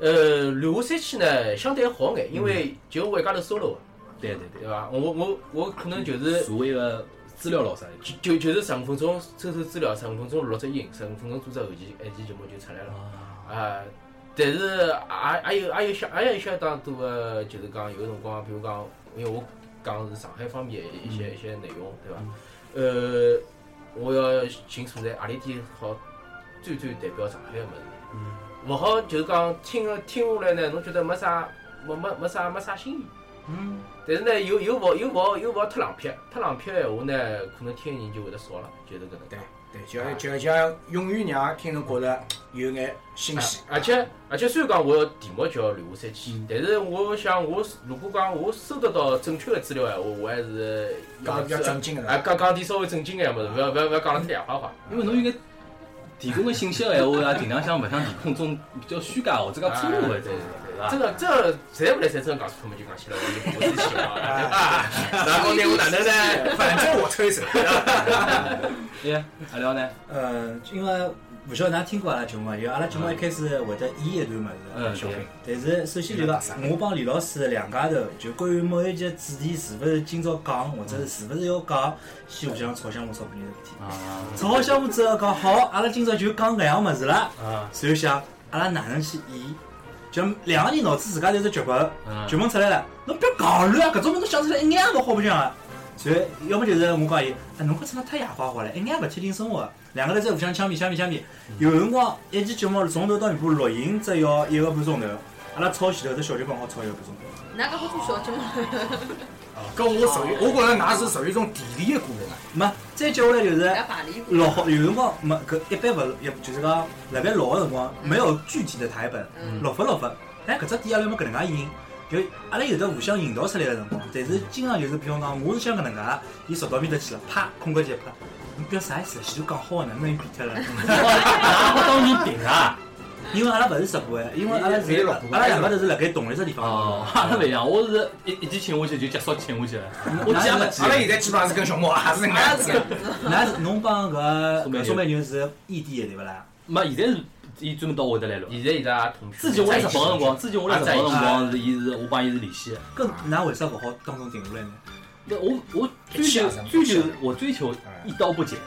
E: 呃，流河三期呢相对好眼，因
D: 嗯
E: 为就我一家头 solo 的。
D: 对对
E: 对伐？我我我可能就
D: 对，
E: 是
D: 所谓个资料老啥的，
E: 就就就是十五分钟抽抽资料，十五分钟录只音，十五分钟做只后期，后期节目就出来了。啊，但是也也有也有相也有相当多个，就是讲有辰光，比如讲，因为我讲是上海方面的一些一些内容，对伐？呃，我要寻所在何里点好最最代表上海个物事，勿好就是讲听了听下来呢，侬觉得没啥没没没啥没啥新意。但是呢，又又勿又勿又勿太冷僻，太冷僻的闲话呢，可能听的人就会得少了，就是搿能介
C: 对。对，就要就要就要永远让听众觉着有眼新鲜
E: 啊。而且而且虽然讲我的题目叫《流下三期》，
C: 嗯
E: 但是我想我如果讲我收得到正确的资料的闲话，我还是
C: 讲比较正经的
E: 啊，讲讲点稍微正经的物事，勿要勿要勿要讲了太两花花。
D: 因为侬应该提供个信息个闲话啊，尽量想勿想提供种比较虚假或者讲错误个
E: 啊对对
D: 种，对伐
E: 这？个这个谁不来谁真讲错，我们就讲起来，我就我自己了，
C: 哎
E: 啊对吧？然后呢，我哪能呢？
C: 反正我推手，
D: 哎，阿廖呢？
B: 呃，因为勿晓得㑚听过阿拉节目伐？就阿拉节目一开始会得演一段物
D: 嗯
B: 事，小品。但是首先就讲，我帮李老师两家头，就关于某一集主题是勿是今朝讲，或者是勿是要讲，先互相吵相骂吵半天事体。
D: 啊，
B: 吵相骂之后讲好，阿拉今朝就讲搿样物事了。
D: 啊，
B: 随后想，阿拉哪能去演？就两个人脑子自家头有只剧本
D: 嗯，
B: 剧本出来了，侬不要讲乱啊！搿种物事侬想出来一眼也勿好白相啊！所以要么就是我讲伊，啊，侬搿唱得太野花花了，一眼勿贴近生活。两个头再互相呛米呛米呛米，有辰光一期节目从头到尾巴录音只要一个半钟头，阿拉吵前头只小节刚好吵一个半钟头。
G: 哪个好做小节目？
C: 搿哦我属于，我觉着㑚是属于一种地理的过程啊。
B: 没，再接下来就是
G: 来排练过。
B: 老好，有辰光没搿一般勿也就是讲，辣盖老个辰光没有具体的台本，
G: 嗯
B: 录法录法。哎，搿只点阿拉没搿能介引，就阿拉有的互相引导出来个辰光，但是经常就是比方讲，我是想搿能介，伊坐到面搭去了，啪空格节拍，侬表啥意思？前头讲好个呢，侬又变脱了。
D: 哪个当年顶啊？
B: 因为阿拉勿是直播哎，因为阿拉
C: 没
B: 是
C: 有录播
B: 阿拉两个头是辣盖同一只地方。
D: 哦，阿拉勿一样，我是一一记请下去就结束请下去了，我记也勿记
C: 阿拉
D: 了。
C: 现在基本上是跟熊猫也是搿样子的。
B: 那是侬帮搿
D: 宋美
B: 搿
D: 牛
B: 宋美牛是异地的对勿啦？
D: 没，现在是伊专门到我这来录。
E: 现在伊拉同学
D: 之前我来
E: 在
D: 日
E: 一起
D: 本辰光，之前我来日本辰光是伊是我帮伊是联系的。
B: 搿㑚为啥勿好当中定下来呢？
D: 那我我追求追求我追求一刀不剪，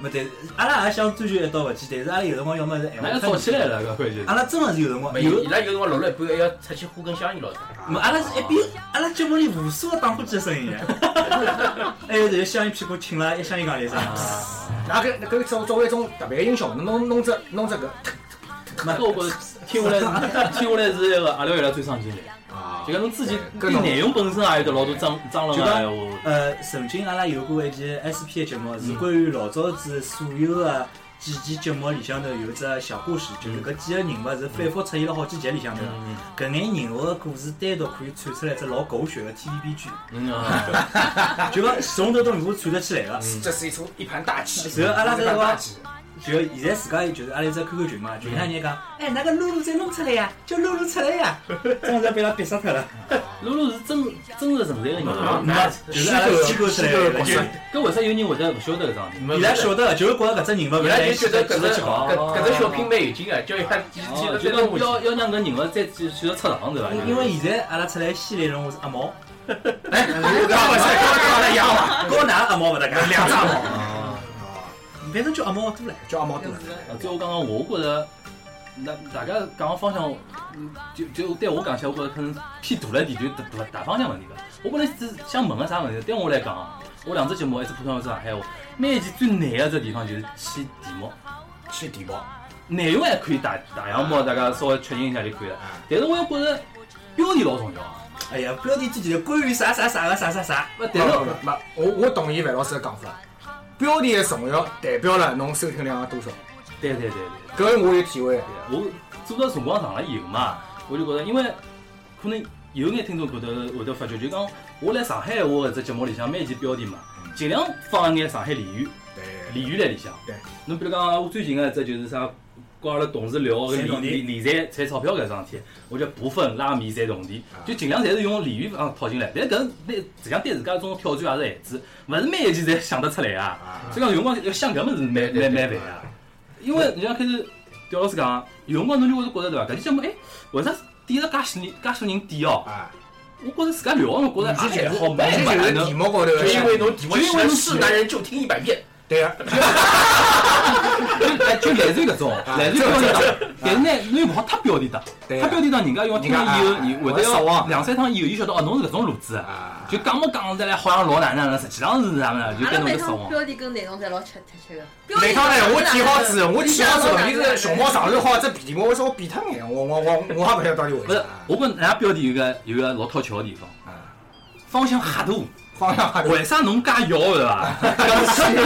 B: 没对，阿拉也想追求一刀勿去，但是阿拉有辰光要么是闲
D: 那
B: 话
D: 要
B: 太多
D: 吵起来。了，搿关键。
B: 阿拉真的是有辰光
E: 没
B: 有
E: 有，，伊拉有辰光录了一半，还要出去呼根香烟咯。
B: 没阿拉是一边阿拉节目里无数个打火机的声音， 还有就是香烟屁股请了一香烟讲的啥？
C: 那搿搿作作为一种特别音效，侬弄弄只弄只搿
D: 那我觉着听下来是听下来是一个阿廖伊拉最上进的，
C: 啊
D: 就讲侬自己
C: 搿
D: 对
C: 侬
D: 内容本身啊也有得老多脏脏了
B: 就
D: 嘛哎
B: 讲
D: 闲话。
B: 呃，曾经阿拉有过一期 SP 的节目，是关于老早子所有的几期节目里向头有只小故事，就是搿几个人物是反复出现了好几集里向头
D: 嗯
B: 的。搿眼人物的故事单独可以串出来一只老狗血的 TVB 剧，
D: 嗯啊，
B: 就讲从头到尾巴串得起来个。
C: 这是一出一盘大棋，
B: 是阿拉
C: 一
B: 这
C: 盘
B: 个
C: 大棋。
B: 就现在自家就是阿拉有只 QQ 群嘛，群里向人讲，哎，那个露露再弄出来呀，叫露露出来呀，真的是被他逼死脱了。
D: 露露是真真实存在的人啊。
E: 嗯
B: 那就是阿拉机构出来的，就
D: 搿为啥有人会得勿晓得搿桩事体？
E: 伊
B: 伊拉晓得，就是觉着搿只人物
E: 伊
B: 勿
E: 拉
B: 来
E: 就
B: 去
E: 觉得搿
B: 去
E: 只哦
B: 搞。
E: 搿搿只小品蛮有劲个，叫伊拉记记
D: 哦
E: 得
D: 就
E: 再
D: 讲
E: 弄
D: 要要让搿人物再继续出场对伐？
B: 因为现在阿拉出来系列人物是 阿毛，
C: 哎，我刚勿是讲了一样嘛，
B: 跟㑚阿毛勿搭界，
C: 两只阿毛，
D: 啊，
B: 反正叫阿毛多唻。
C: 叫阿毛多
G: 就
C: 了。
G: 是
D: 啊最后刚刚我觉着，那大家讲个方向，嗯就就对我讲起来，我觉着可能偏大了一点，就大大大方向问题个。我本来是想问个啥问题，对我来讲啊，我两只节目，一只普通话，一只上海话，每一期最难个只地方就是起题目。
C: 去地方，
D: 内容还可以大大样貌，大家稍微确认一下就可以了。但是我又觉着标题老重要啊，
B: 哎呀，标题之前关于啥啥啥个啥啥啥，
D: 不，但
C: 但
D: 是
C: 是哦没，我我同意范老师的讲法，标题的重要代表了侬收听量的多少，
D: 对对对对，
C: 搿我有体会。
D: 我做的辰光长了以后嘛，我就觉着，因为可能有眼听众觉得会得发觉，就讲我来上海话搿只节目里向每一期标题嘛，尽量放一眼上海俚语，
C: 对，
D: 俚语在里向。
C: 对，
D: 侬比如讲，我最近个一只就是啥，跟阿拉同事聊个
B: 三
D: 理
B: 同地
D: 理理财、赚钞票搿桩事体，我叫部分拉米三同地，就尽量侪是用俚语方套进来。但搿那实际上对自家一种挑战也是限制，勿是每一期侪想得出来啊。所以讲，有辰光要想搿物事蛮蛮蛮烦啊。因为你像开始，刁老师讲，有辰光侬就会得觉着对伐？搿期节目哎，为啥点了介许人介许人点哦？
C: 啊，
D: 我觉着自家聊个辰光觉着也还好，哎蛮
C: 这
D: 蛮
C: 就是
D: 能
C: 题。目高头的
E: 就因为侬题目
D: 就因为
E: 写
D: 侬
E: 是男人就听一百遍，
C: 对啊，
D: 就哎就类似于搿种，类似于标题党，但是呢，侬又勿好太标题党，
C: 啊对啊
D: 太标题党人家要听了以后，你会得
C: 人家啊失
D: 要
C: 望
D: 两三趟以后，伊晓得哦，侬是搿种路子啊，
C: 啊，
D: 就讲么讲得来好像老哪能，实际上是啥呢？就
G: 阿拉
D: 跟侬
G: 每
D: 搿失
G: 趟
C: 啊
D: 望。
G: 标题跟内容侪老贴贴切的。标题
C: 嗯每趟呢，我起好子，我起好子，问题是熊猫
G: 啥？
C: 上头好这比例，我说我比他眼，我我我我还不晓得到底为
D: 不是
C: 啥，，
D: 我觉人家标题有个有个老讨巧的地方，
C: 啊
D: 方向瞎大，
C: 方向还对。
D: 为啥侬介要对 伐？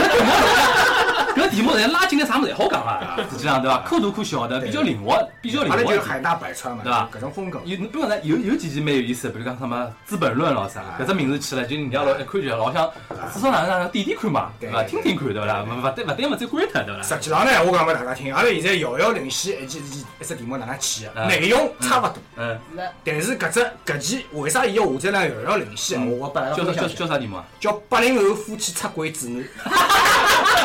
D: 搿啊题目侪拉进来啥物事好讲啊？实际上对伐？可大可小的，比较灵活，比较灵
C: 阿拉
D: 活一
C: 就是
D: 点。
C: 海纳百川嘛，
D: 对吧
C: 搿种风格，
D: 有，你不晓得有有几集蛮有意思，比如讲什么《资本论》咯啥，搿只名字起来就人家老一看就老想，至少哪能哪能点点看嘛，对伐？听听看对勿啦？勿勿对勿对嘛，再关脱对勿啦？
C: 实际上呢，我讲拨大家听，阿拉现在遥遥领先一期一一只题目哪能起的，
D: 嗯
C: 内容差勿多，
D: 嗯，
C: 但是搿只搿期为啥伊要下载量遥遥领先？
D: 嗯
C: 我我拨大家
D: 叫
C: 分
D: 啥叫
C: 享一下
D: 叫啥题目啊？
C: 叫八零后夫妻出轨指南。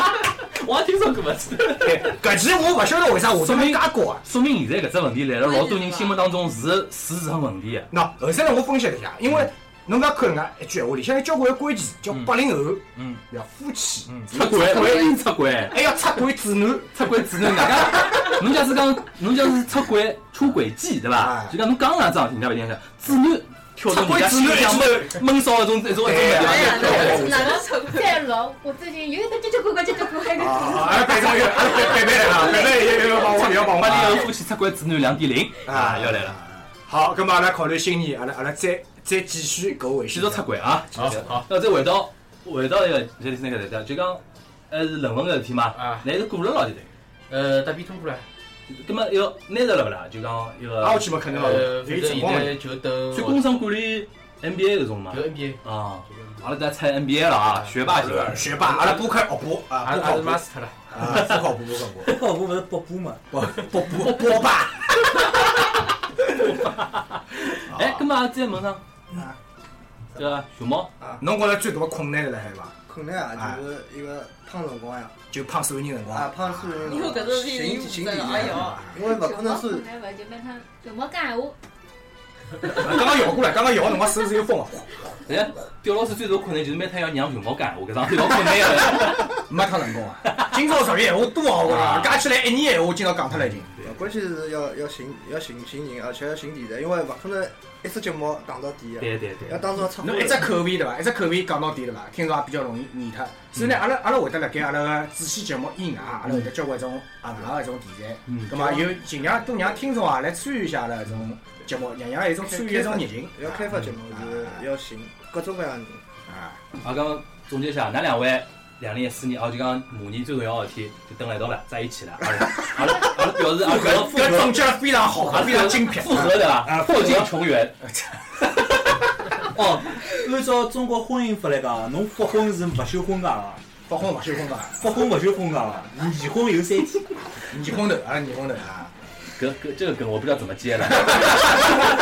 D: 我也听说过嘛，
C: 对哎搿期我勿晓得为啥下载量介高啊。
D: 说明现在搿只问题来了老多人心目当中是是成问题啊的。
C: 那后头呢，我分析了一下，因为侬讲看人家一句闲话里向有交关个关键词，叫八零后，
D: 嗯，
C: 要夫妻，
D: 出轨，
C: 出轨
D: 出轨，
C: 还要出轨指南。
D: 出轨只能人家，侬假使讲侬假使出轨出轨记对伐
C: 哎？
D: 就讲侬讲啥桩，人家勿一定晓得。子女
E: 挑着人家
D: 只
E: 心
D: 能
E: 里
D: 像
E: 想
D: 闷闷骚一种一种一种对
G: 哎
D: 伐
G: 呀，？
E: 对
G: 那哪能再落？我最近有一个叽叽咕咕、叽叽咕咕，还有一
C: 啊
G: 个
C: 啊啊！哎，别这个，别别来了，别别也也要帮我，也要帮我
D: 我们以后夫妻出轨子女两点零啊，要来了，。
C: 好，咁嘛，阿拉考虑新年，阿拉阿拉再再继续搿回
D: 继续出轨啊！
E: 好好，
D: 那再回到回到一个现在是那个事体啊，就讲还是论文个事体嘛，
E: 啊，
D: 那是过了咯，就对。
E: 呃，答辩通过了，
D: 葛末要拿着了勿啦？就讲一
C: 啊，我
D: 个，
C: 去嘛，肯定嘛，
E: 呃，
C: 有辰
E: 反正
C: 光嘛
E: 现，在就等
D: 算工商管理 MBA 搿种嘛
E: 就。NBA，
D: 啊，阿拉在猜 NBA 了啊，学霸型的。
C: 学霸，阿拉补课学霸
E: 阿
C: 啊，补
E: 拉阿拉
C: 考
E: 是
C: 补
E: master 了，
C: 啊，补考补补考补。
H: 跑步勿是跑步嘛？
C: 不不不不吧！
D: 哎，葛末再问上
F: 啊，
D: 对伐？熊猫，
C: 侬觉着最大的困难是辣海伐？
F: 困难啊，就是一个胖辰光呀，
C: 就胖瘦人辰
F: 啊
C: 光，
F: 胖瘦人
I: 以后搿种事情
F: 形形体
I: 有哎
F: 啊，
I: 哟，
F: 因为勿可
G: 熊
F: 能
G: 猫
F: 是
G: 困难勿就变成熊猫讲闲话，
C: 刚刚摇过来，刚刚摇的辰光手是有风啊，
D: 哎，刁老师最大困难就是每趟要让熊猫干闲话，搿桩最大困难的。
C: 没趟成功啊！今朝十月闲话多好啊，加起来一年闲话，今朝讲脱了已经。
F: 关键是要要寻要寻寻人，而且要寻题材，因为勿可能一只节目打到底啊，
D: 对对对
F: 要。当中出
C: 侬
F: 花
C: 一只口味对伐？一只口味讲到底对伐？听众也比较容易腻脱。所以呢，阿拉阿拉会得辣盖阿拉个主线节目以外，阿拉会得交关一种额外个一种题材。
D: 嗯
C: 咁嘛，啊有尽量多让听众啊来参与一下阿拉搿种节目，让伊拉有一种参与一种热情。
F: 要开发节目就是要寻各种各样的人，
C: 啊，
D: 啊，刚总结一下，哪两位两零一四年，哦，就讲马年最重要的事体就蹲辣一道了，在一起了，阿拉阿拉阿拉表示阿拉表示复
C: 搿
D: 合
C: 总，结得非常
D: 啊
C: 好，非常精辟。
D: 复合的
C: 啊
D: 啊，破镜重圆。
H: 哦，按照中国婚姻法来讲，侬复婚是勿休婚假
B: 啊
H: 个，
C: 发婚勿休婚伐？
H: 复婚勿休婚假个，离婚有三天。
C: 你婚头，阿拉你婚头啊！
D: 梗梗这个梗我不知道怎么接了，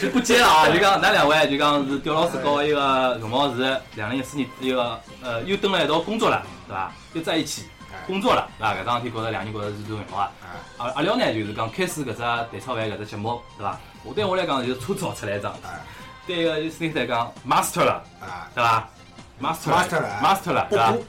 D: 就不接了啊！就讲哪两位，就讲是刁老师和一个熊猫是两零一四年一个呃又蹲了一道工作了，对伐？又在一起
C: 哎
D: 工作了，对伐？搿桩事体觉着两人觉着是最重要啊。阿阿廖呢就是讲开始搿只蛋炒饭搿只节目，对伐？我对我来讲就是粗糙出来一张，
C: 哎
D: 对一个就是来讲 master 了，
C: 啊
D: 对伐？master
C: Master 了啊
D: master 了，对伐
C: 不？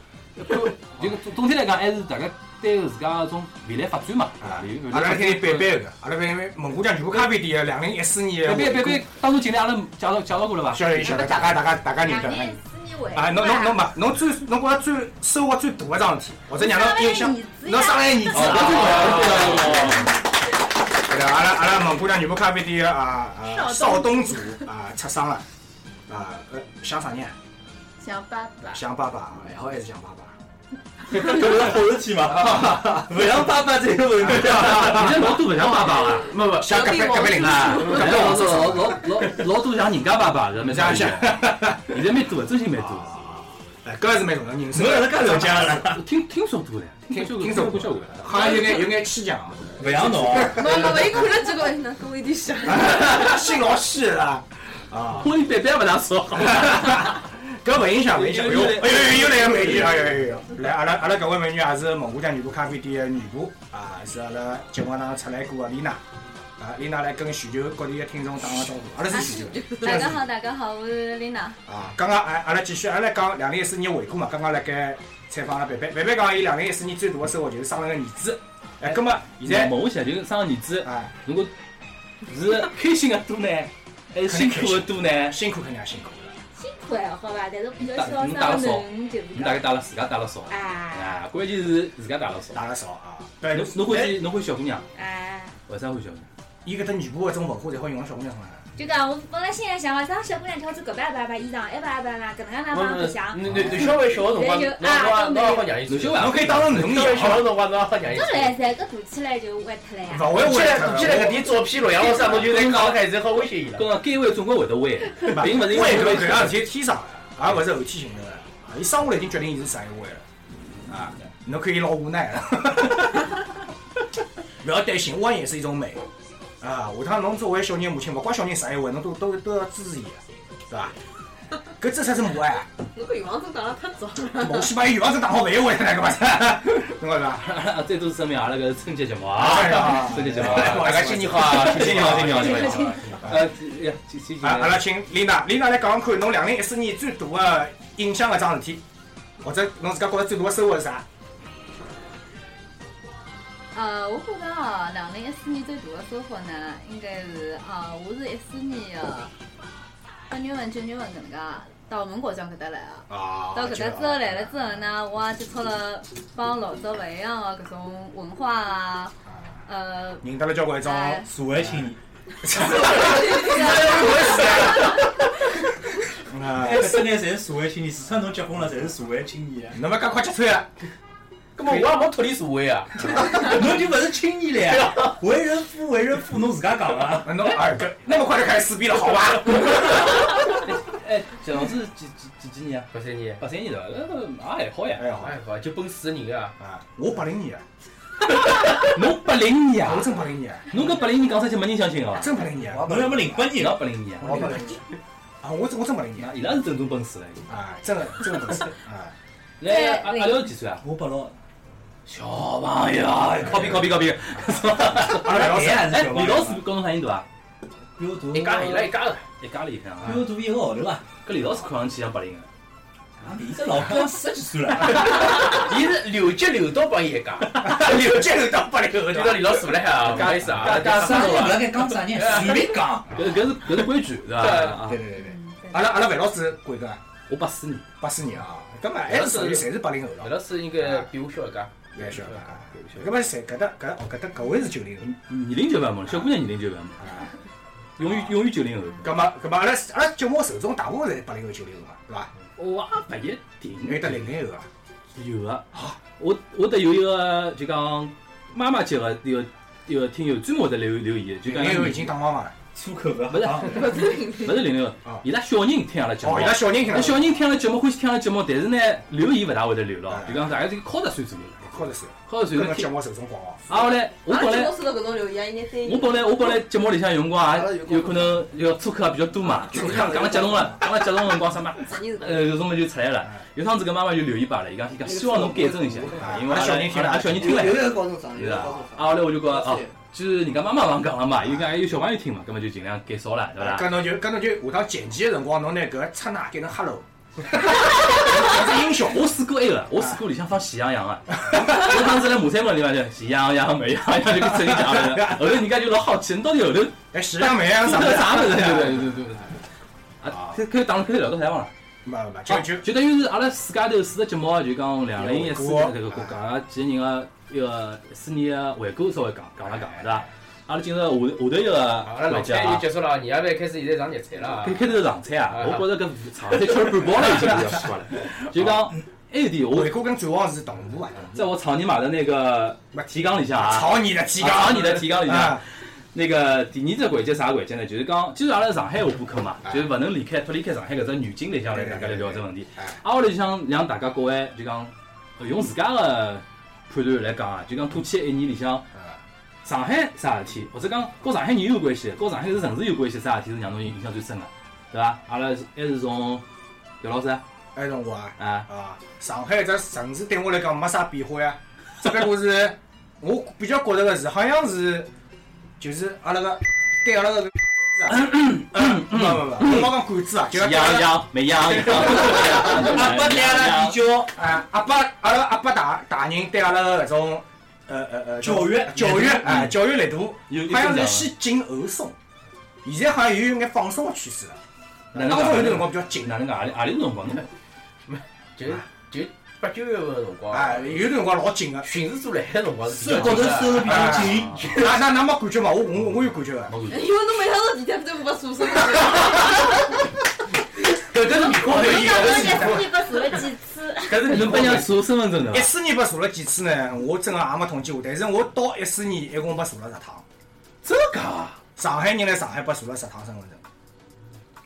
D: 就总总体来讲还是大家对自家搿种未来发展嘛，对伐
C: 啊！
D: 未
C: 阿
D: 来
C: 拉
D: 发
C: 来
D: 展
C: 听你背背个，阿拉背背蒙古江全部咖啡店两零一四年。
D: 别别别别，当初今天阿拉介绍介绍过了哦伐？
C: 晓得晓得，大家大家大家认
G: 两
C: 得。
G: 年四年回
C: 啊，侬侬侬嘛，侬最侬觉着最收获最大的一桩事体，或者让侬印象，侬生了一儿子
D: 哦
C: 啊，对的，阿拉阿拉蒙古江女仆咖啡店啊啊少东主啊出生了，啊呃想啥呢？
G: 想爸爸，
C: 想爸爸，还好还是想爸爸。
H: 搿勿是好事体嘛？勿像爸爸这个问题啊！
D: 现在老多勿像爸啊爸了，
C: 没没，想隔壁隔壁邻居，隔壁
D: 老
C: 王
D: 多
C: 叔
D: 老老老老多像人家爸爸，搿蛮
C: 这样想。
D: 现在蛮多的，真心蛮多。
C: 啊，哎，搿是蛮重要，人生
H: 侬哪能介了解阿拉？
D: 我听听说过的，哦听说过交关。
C: 好像有眼有眼牵强啊，
H: 勿像侬哦，
I: 没没没，伊看了几个，哎能跟我一点像。
C: 心老细了啊，
D: 婚姻版本勿大说好。
C: 搿勿影响，勿影响。哎呦，哎呦，又来个美女，哎呦哎呦，来阿拉阿拉搿位美女也是蒙古江女仆咖啡店的女仆啊，是阿拉节目当中出来过的丽娜。啊，丽娜来跟全球各地的听众打个招呼，阿拉是全球的，
G: 大家好，大家好，我是 Lina。
C: 啊，刚刚阿阿拉继续，阿拉讲两零一四年回顾嘛，刚刚辣盖采访了贝贝，贝贝讲伊两零一四年最大的收获就是生了个儿子，哎，葛末现
D: 现在
C: 在
D: 问我想，就是生儿子，
C: 啊，
D: 如果是 开心的多呢，还是辛苦的多呢？
C: 辛苦肯定也辛苦，
G: 辛苦还好吧，但是比较希望生
D: 打
G: 个
D: 你打扫
G: 囡就是
D: 你大概
G: 讲
D: 打了自家打了少，
G: 啊
D: 啊，关键是自家打了少。
C: 打了少啊。对
D: 侬侬欢喜侬欢喜小姑娘，
G: 啊，
D: 哎为啥欢喜小姑娘？
C: 伊搿搭女仆搿种文化，侪好用到小姑娘身上。
G: 就讲我本来心里想，生小姑娘挑子搿办办办衣裳，埃办办办，搿能介那帮不想。
E: 男男小孩小的辰光，侬侬侬也好让伊，
D: 侬小
E: 侬
D: 娃
C: 侬可以当成
E: 小
C: 侬
E: 孩小
C: 养，
E: 的辰光侬也好让伊
G: 搿。来噻，搿大起来就歪脱了呀。
C: 勿会
E: 起
C: 为
E: 来堵起来搿点照片录像啥，侬就来讲开，然后威胁伊了。
D: 跟讲该弯总归会得弯，并勿是因
C: 为
D: 为
C: 搿
D: 搿
C: 搿样事体天生啊的，也勿是后天寻到的。伊生下来已经决定伊是啥一位了，啊，侬可以老无奈了。勿要担心，弯也是一种美，啊，下趟侬作为小人母亲，勿怪小人啥一位，侬都都都要啊支持伊，对伐？搿这才是母爱啊！
I: 侬搿欲望症打了太早了。
C: 我去把伊欲望症打好，勿要回来搿嘛 是，侬讲是伐？
D: 啊，这都是证明阿拉个春节节目
C: 哎
D: 啊
C: 呀，
D: 春节节目啊，
C: 哎
E: 大家新年好啊！
D: 新年好，新年好，新年好。呃，呀，今今
C: 啊，阿拉请琳娜，琳娜来讲讲看，侬两零一四年最大的印象的桩事体，或者侬自家觉得最大的收获是啥？
G: 呃，我觉着哦，两零一四年最大的收获呢，应该是啊，我是一四年的八月份、九月份搿能介到我们国家搿搭来啊。
C: 啊，
G: 到搿搭之后来了之后呢，我也接触了帮老早勿一样的搿种文化啊，呃，
C: 认得了交关一种
G: 哎
B: 社会青 年，
C: 啊，
B: 哎，搿只呢侪是社会青年，除脱侬结婚了，侪是社会青年。
C: 侬勿介快结束呀？
E: 那么我也没脱离社会啊，
B: 侬就勿是青年了呀？为人父，为人父，侬自家讲啊。
C: 侬二哥那么快就开始撕逼了，好吧？
D: 哎，这样子几几几几年啊？
E: 八三年，
D: 八三年的，呃那个也还好呀。
C: 哎好
E: 还好，就奔四个人啊，
C: 啊，我八零年啊，
D: 侬八零年
C: 我
D: 啊？
C: 真八零年啊，
D: 侬搿八零年讲出去没人相信哦。
C: 真八零年啊，
B: 侬要么零八年
D: 伊拉八零年啊，
C: 我八零年啊，我真我真八零年
D: 那伊拉是正宗奔驰嘞。
C: 啊，真的真的不是啊，
D: 来，阿阿廖几岁啊？
B: 我八六，
D: 小朋友，啊哎靠边靠边靠边。
C: 哎阿拉老啊师
B: 还
D: 哎，
B: 是
D: 李老师跟侬啥人大啊？
B: 比我大，
E: 一家头伊拉一家头，
D: 一家里向啊
B: 比。我大一个号头啊。
D: 搿李老师看上去像八零的。
B: 啊，你这老哥四十几岁了，
E: 伊是刘杰刘导帮伊 一家，
C: 刘杰刘到八零后
E: 我听到
C: 的，
E: 李老 师勿来啊，不好意思啊，
B: 啥
E: 生
B: 人
E: 活
B: 勿
E: 啊
B: 要，该讲啥人，随便讲。
D: 搿是搿是搿是规矩是吧？啊
C: 对对对对，阿拉阿拉范老师贵个
D: 我八四年，
C: 八四年啊，搿么还是属于侪是八零后
E: 李
C: 了，
E: 老师应该比我啊小一家，
C: 也晓得啊，搿么侪搿搭搿搿搭搿位是九零后。
D: 年龄就勿要问，小姑娘年龄就勿要问，
C: 啊，
D: 永远永远九零后。
C: 咁么，咁么，阿拉阿拉节目受众大部分侪是八零后、九零后嘛，对伐？
D: 我也勿一定，
C: 有得零零后啊，
D: 有的。我我得有一个就讲妈妈级的一个一个听友专门会得留留言，就
C: 零
D: 讲
C: 零后已经打光了。
B: 粗口勿要
D: 勿是
B: 讲。
D: 勿是零零后
C: 啊，
D: 伊拉小人听阿拉节目
C: 哦，伊。拉小人听
D: 那
C: 了，
D: 小人听了节目，欢喜听阿拉节目，但是呢，留言勿大会得留了，就讲大家这个靠着算左右，
C: 靠着手，
D: 靠着
C: 搿
D: 算
C: 个节
D: 右。
C: 目受众广哦。
D: 啊，后来我本来
I: 我收到搿种留言，一眼对
D: 我本来我本来节目里向有辰光也有可能要粗口也比较多嘛，就讲讲了激动了，讲了激动的辰光什么，呃，有什么就出来了。有趟子搿妈妈就留言罢了，伊讲伊讲希望侬改正一下，哎因为阿拉
C: 啊小人听了
D: 阿拉小人听了
F: 有，人高中生，
D: 是
F: 有人
D: 啊
F: 高中。
D: 啊，后来我就讲哦，就是人家妈妈帮讲了嘛，伊讲哎还有小朋友听嘛，搿么就尽量减少了，对伐？
C: 搿侬就搿侬就下趟剪辑的辰光，侬拿搿刹那改成 hello，搿是音效。
D: 我试过埃个，我试过里向放喜羊羊啊，我当时来马三门里向就喜羊羊、美羊羊就跟嘴里讲了，后头人家就老好奇，你到底后头
C: 哎，徐亮梅啊
D: 做
C: 啥
D: 了
C: 的，
D: 啥物事？对对对对对。啊，搿搿打了，搿聊到啥地方了？
C: 没没就就
D: 哦就等于是阿拉自家头四个节目啊，就讲两零一四年这个国家几个人个一个四年个回顾稍微讲讲了讲了，对伐？阿拉今朝下头下头一
E: 阿拉
D: 个
E: 老
D: 环节
E: 菜就
D: 啊，
E: 结束了，年夜饭开始现在上热菜了 啊
D: 开，开头是长菜啊，我觉着搿长菜吃了半包了已经比较奇怪了。就讲还有点，我
C: 回顾跟展望是同步啊，
D: 在我草泥马的那个提纲里向啊，
C: 草你的提纲，
D: 啊草你的提纲里向
C: 啊，，
D: 那个第二只环节啥环节呢？就是讲，既然阿拉上海下播客嘛，就是勿能离开脱离开上海搿只语境里向来大家来聊这问题。啊，我来就想让大家各位就讲呃用自家的判断来讲啊，就讲过去一年里向
C: 啊
D: 上海啥事体，或者讲跟上海人有关系，跟上海这个城市有关系啥事体是让侬印象最深的，对伐？阿拉还是从姚老师啊
C: 哎，侬我啊。
D: 啊，
C: 啊，上海这城市对我来讲没啥啊变化呀，只不过是 我比较觉得个是，好像是就是阿拉个对阿拉个是 啊，不不不，我没讲管子啊，就
D: 喜
C: 是
D: 羊羊、美羊羊，阿
C: 阿拉对阿拉比较啊，阿爸阿拉阿爸大大人对阿拉个搿种呃呃呃
B: 教育
C: 教育啊教育力度，
D: 有
C: 好像是先紧后松，现在好像有眼放松个趋势了，
D: 哪能
C: 当中有
D: 讲
C: 段辰光比较紧
D: 哪能讲？阿里阿里辰光呢？
E: 就就八九月份的辰光，
C: 啊，有
D: 哎
C: 段辰光老紧个，
E: 巡视组来的辰光是比较
B: 我
E: 紧
B: 觉着
E: 的
B: 收入比较紧，
C: 那那那没感觉嘛，我我我有感觉个。
D: 没感觉
I: 因为侬每趟坐地铁都没出声，
E: 搿搿是面孔
G: 我
E: 头
G: 讲
E: 一个，
G: 我搿次你拨查了几次，
E: 搿是 面
D: 侬
E: 孔
D: 帮
E: 头
D: 人 家查身份证的
C: 一，四年被查了几次呢？我真个也没统计过，但是我到一四年一共被查了十趟。
D: 真个啊？
C: 上海人来上海被查了十趟身份证，